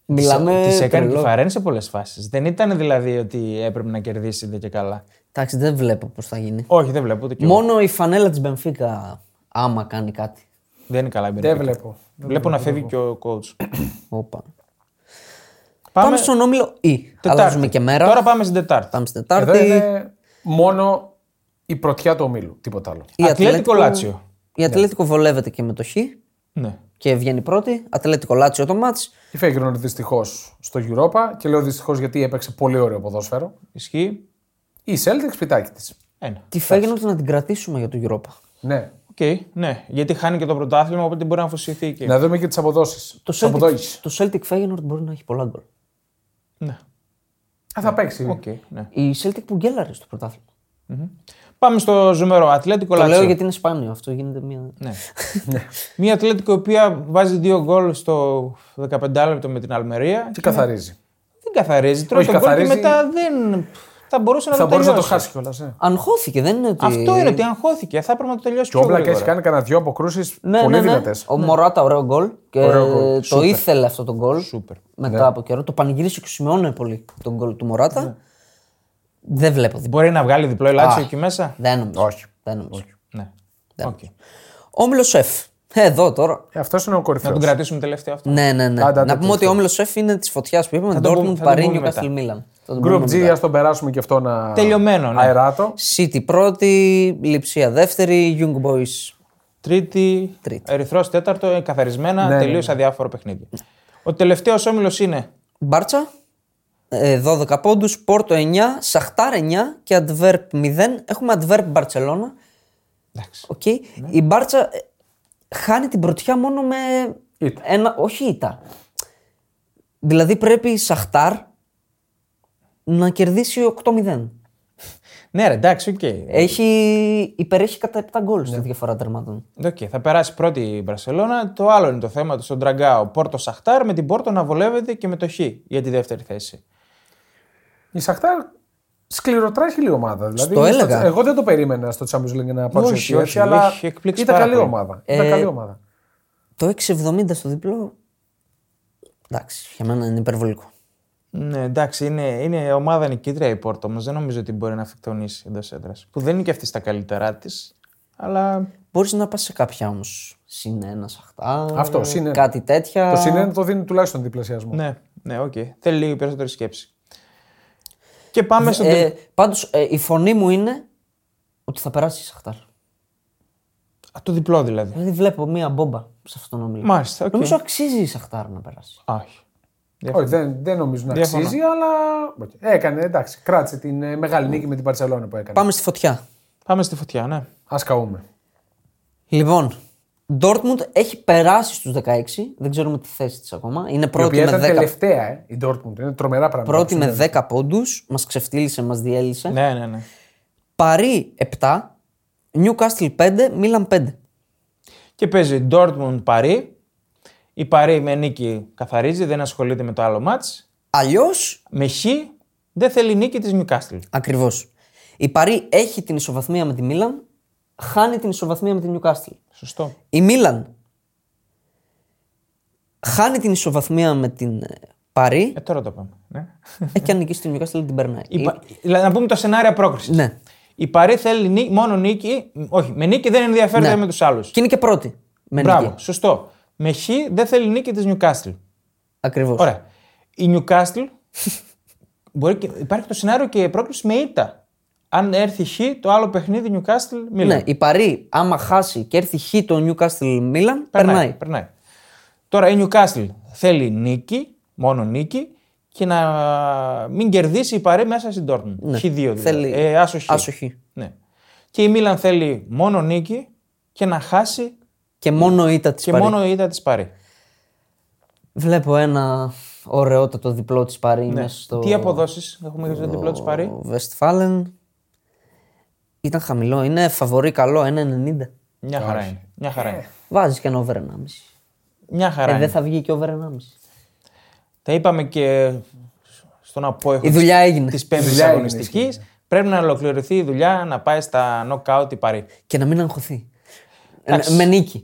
Μιλάμε. Τη έκανε τη τρελό. Φαρένσε πολλές φάσεις. Δεν ήταν δηλαδή ότι έπρεπε να κερδίσει δεν και καλά. Εντάξει, δεν βλέπω πώς θα γίνει. Όχι, δεν βλέπω ούτε κι εγώ. Μόνο η φανέλα της Μπενφίκα, άμα κάνει κάτι. Δεν είναι καλά η Δεν Μπενφίκα. βλέπω. Βλέπω να φεύγει και ο coach. Όπα. Πάμε... Πάμε στον όμιλο Ι. Τετάρτη. Αλλάζουμε και μέρα. Τώρα πάμε στην Τετάρτη. Πάμε στην Εδώ Τετάρτη. είναι μόνο η πρωτιά του ομίλου, τίποτα άλλο. Η Ατλέτικο Λάτσιο. Η Ατλέτικο βολεύεται και με το Χ Ναι. και βγαίνει πρώτη. Ατλέτικο Λάτσιο το μάτ. Η Φέγγινον δυστυχώς στο Europa και λέω δυστυχώς γιατί έπαιξε πολύ ωραίο ποδόσφαιρο. Ισχύει. Η Celtics σπιτάκι της. Ένα. Τη φέγγινε να την κρατήσουμε για το Europa. Ναι. Οκ, ναι. Γιατί χάνει και το πρωτάθλημα, οπότε μπορεί να αφοσιωθεί Ναι. εκεί. Να δούμε και τις αποδόσεις. Το Celtic, το Celtic Feyenoord μπορεί να έχει πολλά γκολ. Ναι. Α, θα παίξει. Οκ, ναι. Η Celtic που γκέλαρε στο πρωτάθλημα. Πάμε στο ζουμερό. Ατλέτικο Το Λάτσιο. λέω γιατί είναι σπάνιο αυτό. Γίνεται μια. Ναι. Μια Ατλέτικο η οποία βάζει δύο γκολ στο 15 λεπτό με την Αλμερία. Και καθαρίζει. Δεν καθαρίζει. Τρώει Όχι, τον γκολ και καθαρίζει. μετά δεν. Θα μπορούσε να Θα το μπορούσε να το τελειώσει. χάσει κιόλας. Ε. Αγχώθηκε, δεν είναι ότι. Αυτό είναι ότι αγχώθηκε. Θα έπρεπε να το τελειώσει Και πιο ο Μπλακ γρήγορα. έχει κάνει κανένα δυο αποκρούσεις Ναι, πολύ ναι, ναι. δυνατές. Ο Μωράτα, ωραίο γκολ. Και Ωραίο γκολ. το ήθελε αυτό το γκολ. Σούπερ. Μετά από καιρό. Το πανηγύρισε και ο Σιμεώνε πολύ τον γκολ του Μωράτα. Δεν βλέπω διπλό. Μπορεί να βγάλει διπλό η Λάτσιο Α. εκεί μέσα. Δεν νομίζω. Όχι. Δεν νομίζω. Ναι. Δεν Οκ. Όμιλο F. Εδώ τώρα. Ε, Αυτός είναι ο Να κορυφαίο. τον κρατήσουμε τελευταίο αυτό. Ναι, ναι, ναι. Άντε, άντε, να πούμε το ότι ο όμιλος F είναι της φωτιάς που είπαμε. το πούμε- Ντόρκμουντ, θα το Παρίνιο, πούμε μετά. Καστιλ Μίλαν. Θα το πούμε Group G, μετά. ας τον περάσουμε και αυτό να. Τελειωμένο, ναι. Αεράτο. City πρώτη, Λιψία δεύτερη, Young Boys. Τρίτη, Τρίτη. Ερυθρός τέταρτο, ε, καθαρισμένα, Ναι, ναι, τελείως αδιάφορο παιχνίδι. Ο τελευταίος όμιλος είναι. Μπάρτσα. ε, 12 πόντους, Πόρτο 9, Σαχτάρ 9 και Αντβέρπ 0. Έχουμε Αντβέρπ Μπαρσελόνα. Εντάξει. Οκ. Η Μπάρτσα ε, χάνει την πρωτιά μόνο με. Ήττα. Ένα, όχι ήττα. Δηλαδή πρέπει η Σαχτάρ να κερδίσει 8-0. Ναι, ρε, εντάξει, οκ. Έχει, υπερέχει κατά 7 γκολ στη διαφορά τερμάτων. Οκ, θα περάσει πρώτη η Μπαρσελόνα. Το άλλο είναι το θέμα του στον Τραγκάο. Πόρτο Σαχτάρ με την Πόρτο να βολεύεται και με το Χ για τη δεύτερη θέση. Η Σαχτάρ σκληροτράχηλη ομάδα. Δηλαδή, Στο είναι έλεγα. Εγώ δεν το περίμενα στο Champions League να Όχι, παρουσιαστεί όχι, έτσι, αλλά έχει εκπλήξει ήταν πάρα καλή πολύ. Ε, ομάδα. Ήταν καλή ομάδα. Το 6,70 στο διπλό. Εντάξει, για μένα είναι υπερβολικό. Ναι, εντάξει, είναι, είναι ομάδα νικήτρια η Πόρτο όμως. Δεν νομίζω ότι μπορεί να αυτοκτονήσει εντός έδρας. Που δεν είναι και αυτή στα καλύτερά της. Αλλά Μπορείς να πας σε κάποια όμως. Συν ένα σαχτάρ. Αυτό, συν ένα. Κάτι τέτοια. Το συνένα το δίνει τουλάχιστον διπλασιασμό. ναι, ναι, οκ. Θέλει λίγο περισσότερη σκέψη. Και πάμε στον. τελ- Ε, Πάντω η φωνή μου είναι ότι θα περάσει η σαχτάρ. Α, το διπλό δηλαδή. Δηλαδή βλέπω μία μπόμπα σε αυτόν τον όμιλο. Μάλιστα, οκ. Νομίζω αξίζει η σαχτάρ να περάσει. Όχι. Όχι, δεν, δεν νομίζω να Διαφωνώ. αξίζει, αλλά οκ. έκανε εντάξει. Κράτησε την ε, μεγάλη νίκη με την Παρσελόνα που έκανε. Πάμε στη φωτιά. Πάμε στη φωτιά, ναι. Ας καούμε. Λοιπόν, Ντόρτμουντ έχει περάσει στους 16. Δεν ξέρουμε τη θέση της ακόμα. Είναι Η πρώτη οποία ήταν με 10, τελευταία ε, η Dortmund. Είναι τρομερά πράγματα. πρώτη με 10 πόντους. Μας ξεφτύλισε, μας διέλυσε. Ναι, ναι, ναι. Παρί 7. Νιουκάστιλ 5. Μίλαν 5. Και παίζει Dortmund Παρί. Η Παρί με νίκη καθαρίζει, δεν ασχολείται με το άλλο μάτς. Αλλιώς Με χ δεν θέλει νίκη της Newcastle. Ακριβώς. Η Παρή έχει την ισοβαθμία με τη Μίλαν, χάνει την ισοβαθμία με την Newcastle. Σωστό. Η Μίλαν χάνει την ισοβαθμία με την ε, Παρή Ε, τώρα το πάμε. Ναι. ε, και αν νικήσει την Newcastle την περνάει. Η Η- Πα- δηλαδή, να πούμε το σενάριο πρόκριση. Ε, Ναι. Η Παρή θέλει νί- μόνο νίκη. Όχι, με νίκη δεν ενδιαφέρεται Ναι. με τους άλλους. Και είναι και πρώτη. Με Μπράβο, νίκη. σωστό. Με χ δεν θέλει νίκη της Newcastle. Ακριβώς. Ωραία. Η Newcastle. μπορεί και, υπάρχει το σενάριο και πρόκληση με ήττα. Αν έρθει χ, το άλλο παιχνίδι Newcastle Μίλαν. Ναι, η Παρή, άμα χάσει και έρθει χ το Newcastle Μίλαν, περνάει. περνάει. περνάει. Τώρα η Newcastle θέλει νίκη, μόνο νίκη, και να μην κερδίσει η Παρέ μέσα στην Dortmund. Ναι. Χ2 δηλαδή. Θέλει Ε, άσο χ. άσο χ. Ναι. Και η Μίλαν θέλει μόνο νίκη και να χάσει Και μόνο ήττα της και Παρή. μόνο η ήττα της Παρέ. Βλέπω ένα ωραιότατο διπλό της Παρή μέσα στο. Ναι. Τι αποδόσεις έχουμε για το διπλό της Παρέ. Ο Βεστφάλεν ήταν χαμηλό. Είναι φαβορή καλό, 1,90. Μια χαρά είναι. Μια χαρά είναι. Βάζεις και ένα over 1,5. Μια χαρά Ε, είναι. δεν θα βγει και over 1,5. Τα είπαμε και στον απόϊχο Η δουλειά έγινε. τη πέμπτη δουλειά έγινε, αγωνιστικής. ισχύει. Πρέπει να ολοκληρωθεί η δουλειά, να πάει στα knockout η Παρή. Και να μην αγχωθεί. Ε, Εντάξει. με νίκη.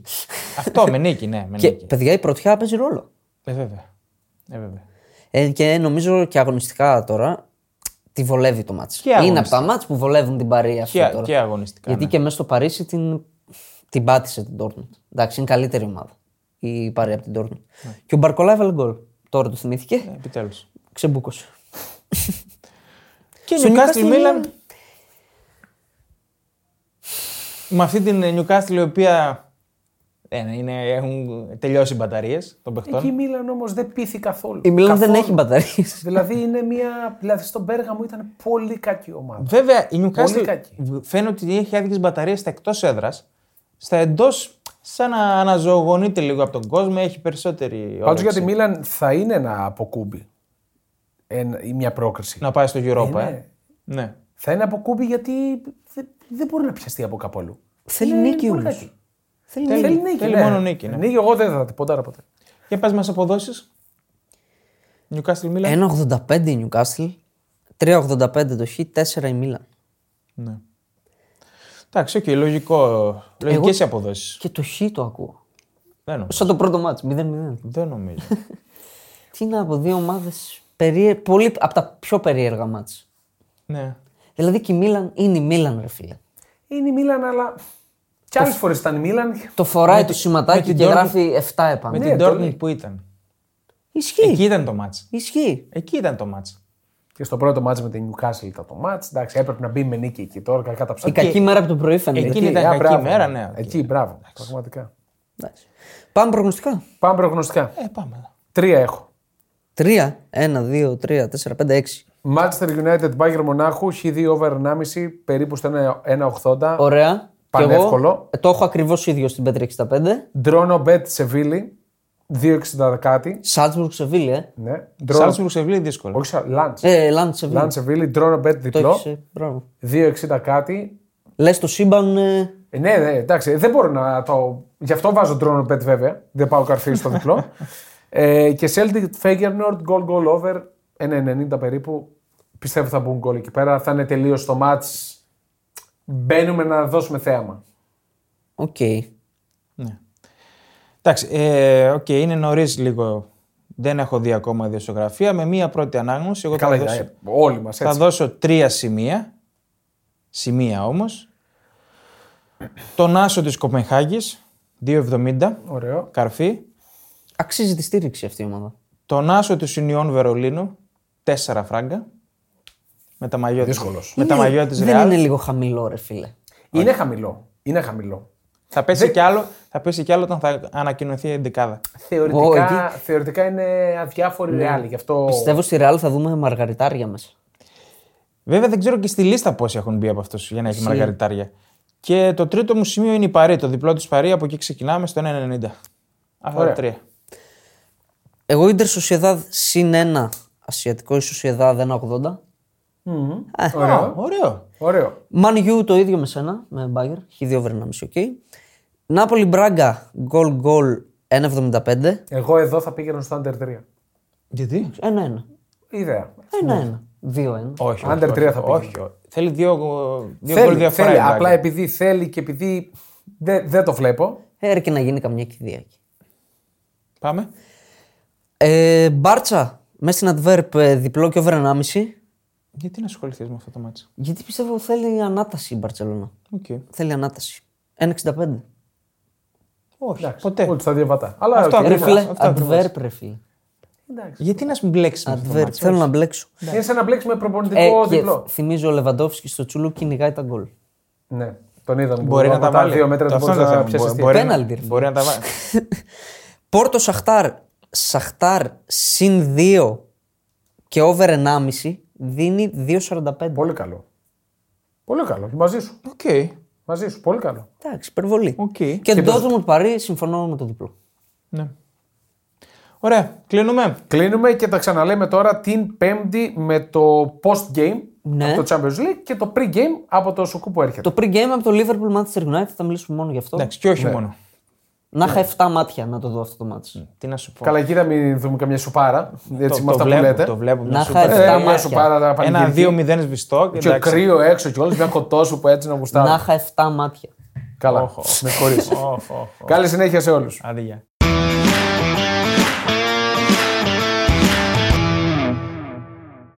Αυτό με νίκη, ναι, με και νίκη. παιδιά, η πρωτιά παίζει ρόλο. Ε, βέβαια. Ε, βέβαια. Ε, και νομίζω και αγωνιστικά τώρα τη βολεύει το μάτς. Και Είναι από αγωνιστικά. τα μάτς που βολεύουν την Παρή αυτή Και, τώρα. και αγωνιστικά. Γιατί ναι. και μέσα στο Παρίσι την, την πάτησε την Dortmund. Εντάξει, είναι καλύτερη ομάδα η Παρή από την Dortmund. Ναι. Και ο Μπαρκολά έβαλε γκολ. Τώρα το θυμήθηκε, Επιτέλους. ξεμπούκωσε. Και Στο Newcastle Newcastle Μίλαν. Με αυτή την Newcastle η οποία. Ε, είναι, έχουν τελειώσει οι μπαταρίες των Εκεί η παιχτών. Μίλαν όμως δεν πήθη καθόλου. Η Μιλάν δεν Καθόλου. έχει μπαταρίες. Δηλαδή, είναι μια... δηλαδή στον Πέργαμο ήταν πολύ κακή ομάδα. Βέβαια, η Πολύ Newcastle κακή. φαίνεται ότι έχει άδικες μπαταρίες στα εκτός έδρας. Στα εντός, σαν να αναζωογονείται λίγο από τον κόσμο, έχει περισσότερη. Πάντω όρεξη. για τη Μίλαν θα είναι ένα αποκούμπι. Ένα- ή μια πρόκριση. Να πάει στο Europa. Ε, Ε, ναι. ναι. Θα είναι αποκούμπι γιατί δεν, δεν μπορεί να πιαστεί από κάπου αλλού. Θέλει Είναι νίκη πολύ όμως. κακή. Θέλει Θέλει, νίκη. νίκη. Θέλει ναι. μόνο νίκη, ναι. Νίκη, εγώ δεν θα την ποντάρω ποτέ. Για πα μας αποδόσεις. Newcastle Ε, Μίλαν. 1,85 η Newcastle, 3,85 το Χ, 4 η Μίλαν. Ναι. Εντάξει, οκ, λογικό. Λογικές οι αποδόσεις. Και το Χ το ακούω. Δεν νομίζω. Σαν το πρώτο μάτς, 0-0. Δεν νομίζω. Τι είναι από δύο ομάδες, περίε... πολύ... από τα πιο περίεργα μάτς. ναι. Δηλαδή και η Μίλαν είναι η Μίλαν, ρε φίλε. Είναι η Μίλαν, αλλά. Κι άλλε φορές ήταν η Μίλαν. Το Με φοράει το τη- με σηματάκι την και Dortmund- γράφει 7 Με επάνω. την το Dortmund λέει. που ήταν. Ισχύει. Εκεί ήταν το μάτς. Ισχύει. Εκεί ήταν το μάτς. Και στο πρώτο μάτς με την Newcastle ήταν το μάτς. Εντάξει, έπρεπε να μπει με νίκη εκεί τώρα, κακά τα Η ψάρια. κακή μέρα από το πρωί φαίνεται. Εκείνη ήταν α, κακή μπράβο. μέρα, ναι, οκ. Εκεί, μπράβο. Πραγματικά. Εντάξει. Πάμε προγνωστικά. Πάμε προγνωστικά. Ε, πάμε. Τρία έχω. 3, 1, 2, 3, 4, 5, 6. Manchester United Bayern Μονάχου, χ2 over 1,5 περίπου στο 1,80. Ωραία. Πανεύκολο. Και εγώ, ε, το έχω ακριβώς ίδιο στην Πέτρη 65. Ντρόνο Μπέτ Σεβίλη, 2,60 κάτι. Σάλτσμπουργκ Σεβίλη, ε. Ναι. Ντρόνο- Σάλτσμπουργκ σε βλέπει δύσκολο. Όχι, Λάντ. Ε, Λάντ Σεβίλη. Λάντ Σεβίλη, Ντρόνο Μπέτ Το διπλό, έχεις, ε, Μπράβο. 2,60 κάτι. Λες το σύμπαν. ε, Ε, Ναι, ναι, εντάξει, δεν μπορώ να το. Γι' αυτό βάζω drone bet βέβαια. Δεν πάω καρφί στο διπλό. ε, και Celtic Feyenoord goal goal over 1,90 περίπου. Πιστεύω θα μπουν γκολ εκεί πέρα. Θα είναι τελείως το match. Μπαίνουμε να δώσουμε θέαμα. Οκ. Ναι. Εντάξει, ε, οκ, είναι νωρίς λίγο. Δεν έχω δει ακόμα ιδιοσιογραφία. Με μία πρώτη ανάγνωση, εγώ Καλά, θα, δώσω, ε, όλοι μας θα έτσι. δώσω τρία σημεία. Σημεία όμως. Τον Άσο της Κοπενχάγης, 2,70. Ωραίο. Καρφί. Αξίζει τη στήριξη αυτή η ομάδα. Τον Άσο του Σινιών Βερολίνου, 4 φράγκα. Με τα μαγιό της, Δύσκολος. με τα Είναι- μαγιό της Ναι, Δεν Ρεάλ. είναι λίγο χαμηλό, ρε φίλε. Είναι χαμηλό. Είναι χαμηλό. Θα, πέσει κι άλλο, θα πέσει κι άλλο όταν θα ανακοινωθεί η ενδεκάδα. Θεωρητικά, θεωρητικά είναι Ναι. αδιάφοροι ρεάλι. Γι' αυτό. Πιστεύω στη Ρεάλ θα δούμε μαργαριτάρια μέσα. Βέβαια δεν ξέρω και στη λίστα πόσοι έχουν μπει από αυτούς για να έχει μαργαριτάρια. Και το τρίτο μου σημείο είναι η Παρή, το διπλό της Παρή, από εκεί ξεκινάμε στο 1,90. Αυτά τα Ωραία. τρία. Εγώ Ιντερ Σοσιαδάδ συν ένα. Ασιατικό η Σοσιαδάδ 1,80. Ωραίο. Ωραίο. Ωραίο. Μαν Γιού το ίδιο με σένα, με Μπάγκερ. Χι δύο over 1,5, οκ. Νάπολη Μπράγκα, γκολ γκολ 1,75. Εγώ εδώ θα πήγαινα στο Under 3. Γιατί? Ένα-ένα. Ιδέα. Ναι. Ένα-ένα. Δύο-ένα. Όχι. Under όχι, 3 όχι, θα όχι, πήγαινε. όχι. Θέλει δύο, δύο γκολ Θέλει, διαφορά. θέλει. η Μπράγκα. Απλά επειδή θέλει και επειδή δεν δεν το βλέπω. Έρε και Ε, να γίνει καμιά κηδεία εκεί. Πάμε. Ε, μπάρτσα, μέσα στην adverb ε, διπλό και over 1,5. Γιατί να ασχοληθείς με αυτό το μάτσο. Γιατί πιστεύω θέλει ανάταση η Μπαρσελόνα. Οκ. Θέλει ανάταση. 1,65. Όχι. Ποτέ. Ούτε στα διαβατά. Αλλά Αυτό οκ. Ρε Ακριβώς, φίλε, αυτό ακριβώς. adverb ρε φίλε. Εντάξει. Γιατί να μπλέξεις με αυτό το Adverb, μάτσο. θέλω να μπλέξω. Είναι σαν να μπλέξεις με προπονητικό Ε, και διπλό. θυμίζω ο Λεβαντόφσκι στο τσούλου κυνηγάει τα γκολ. Ναι, τον είδαμε. Μπορεί που να τα από βάλει. Δύο μέτρα δεν Αυτό μπορεί είναι το να θέμα. πιάσει. Μπορεί- μπορεί να- Πέναλτι, ρε φίλε. Μπορεί να τα βάλει. Πόρτο Σαχτάρ. Σαχτάρ συν 2 και over 1,5 δίνει 2,45. Πολύ καλό. Πολύ καλό. Μαζί σου. Οκ. Μαζί σου. Πολύ καλό. Εντάξει, υπερβολή. Οκ. Και Ντότμουντ Παρή, συμφωνώ με το διπλό. Ναι. Ωραία. Κλείνουμε. Κλείνουμε και τα ξαναλέμε τώρα την Πέμπτη με το post-game Ναι. από το Champions League και το pre-game από το Σουκού που έρχεται. Ναι. Το pre-game από το Liverpool Manchester United θα μιλήσουμε μόνο γι' αυτό. Εντάξει, και όχι μόνο. Να είχα 7 μάτια να το δω αυτό το μάτι. Τι να σου πω. Καλά, εκεί να μην δούμε καμιά σουπάρα. Έτσι, το, με το αυτά που βλέπω, λέτε. Το βλέπω. μια Να σούπα. είχα Ε, εφτά μια μάτια. σουπάρα να Ένα πανηγυρική. 2-0 σβηστό. Και κρύο έξω κιόλας, μια κοτόσου που έτσι να γουστάρει. Να είχα 7 μάτια. Καλά. Με χωρί. Οχ, οχ, οχ. Καλή συνέχεια σε όλους. Άντε, γεια.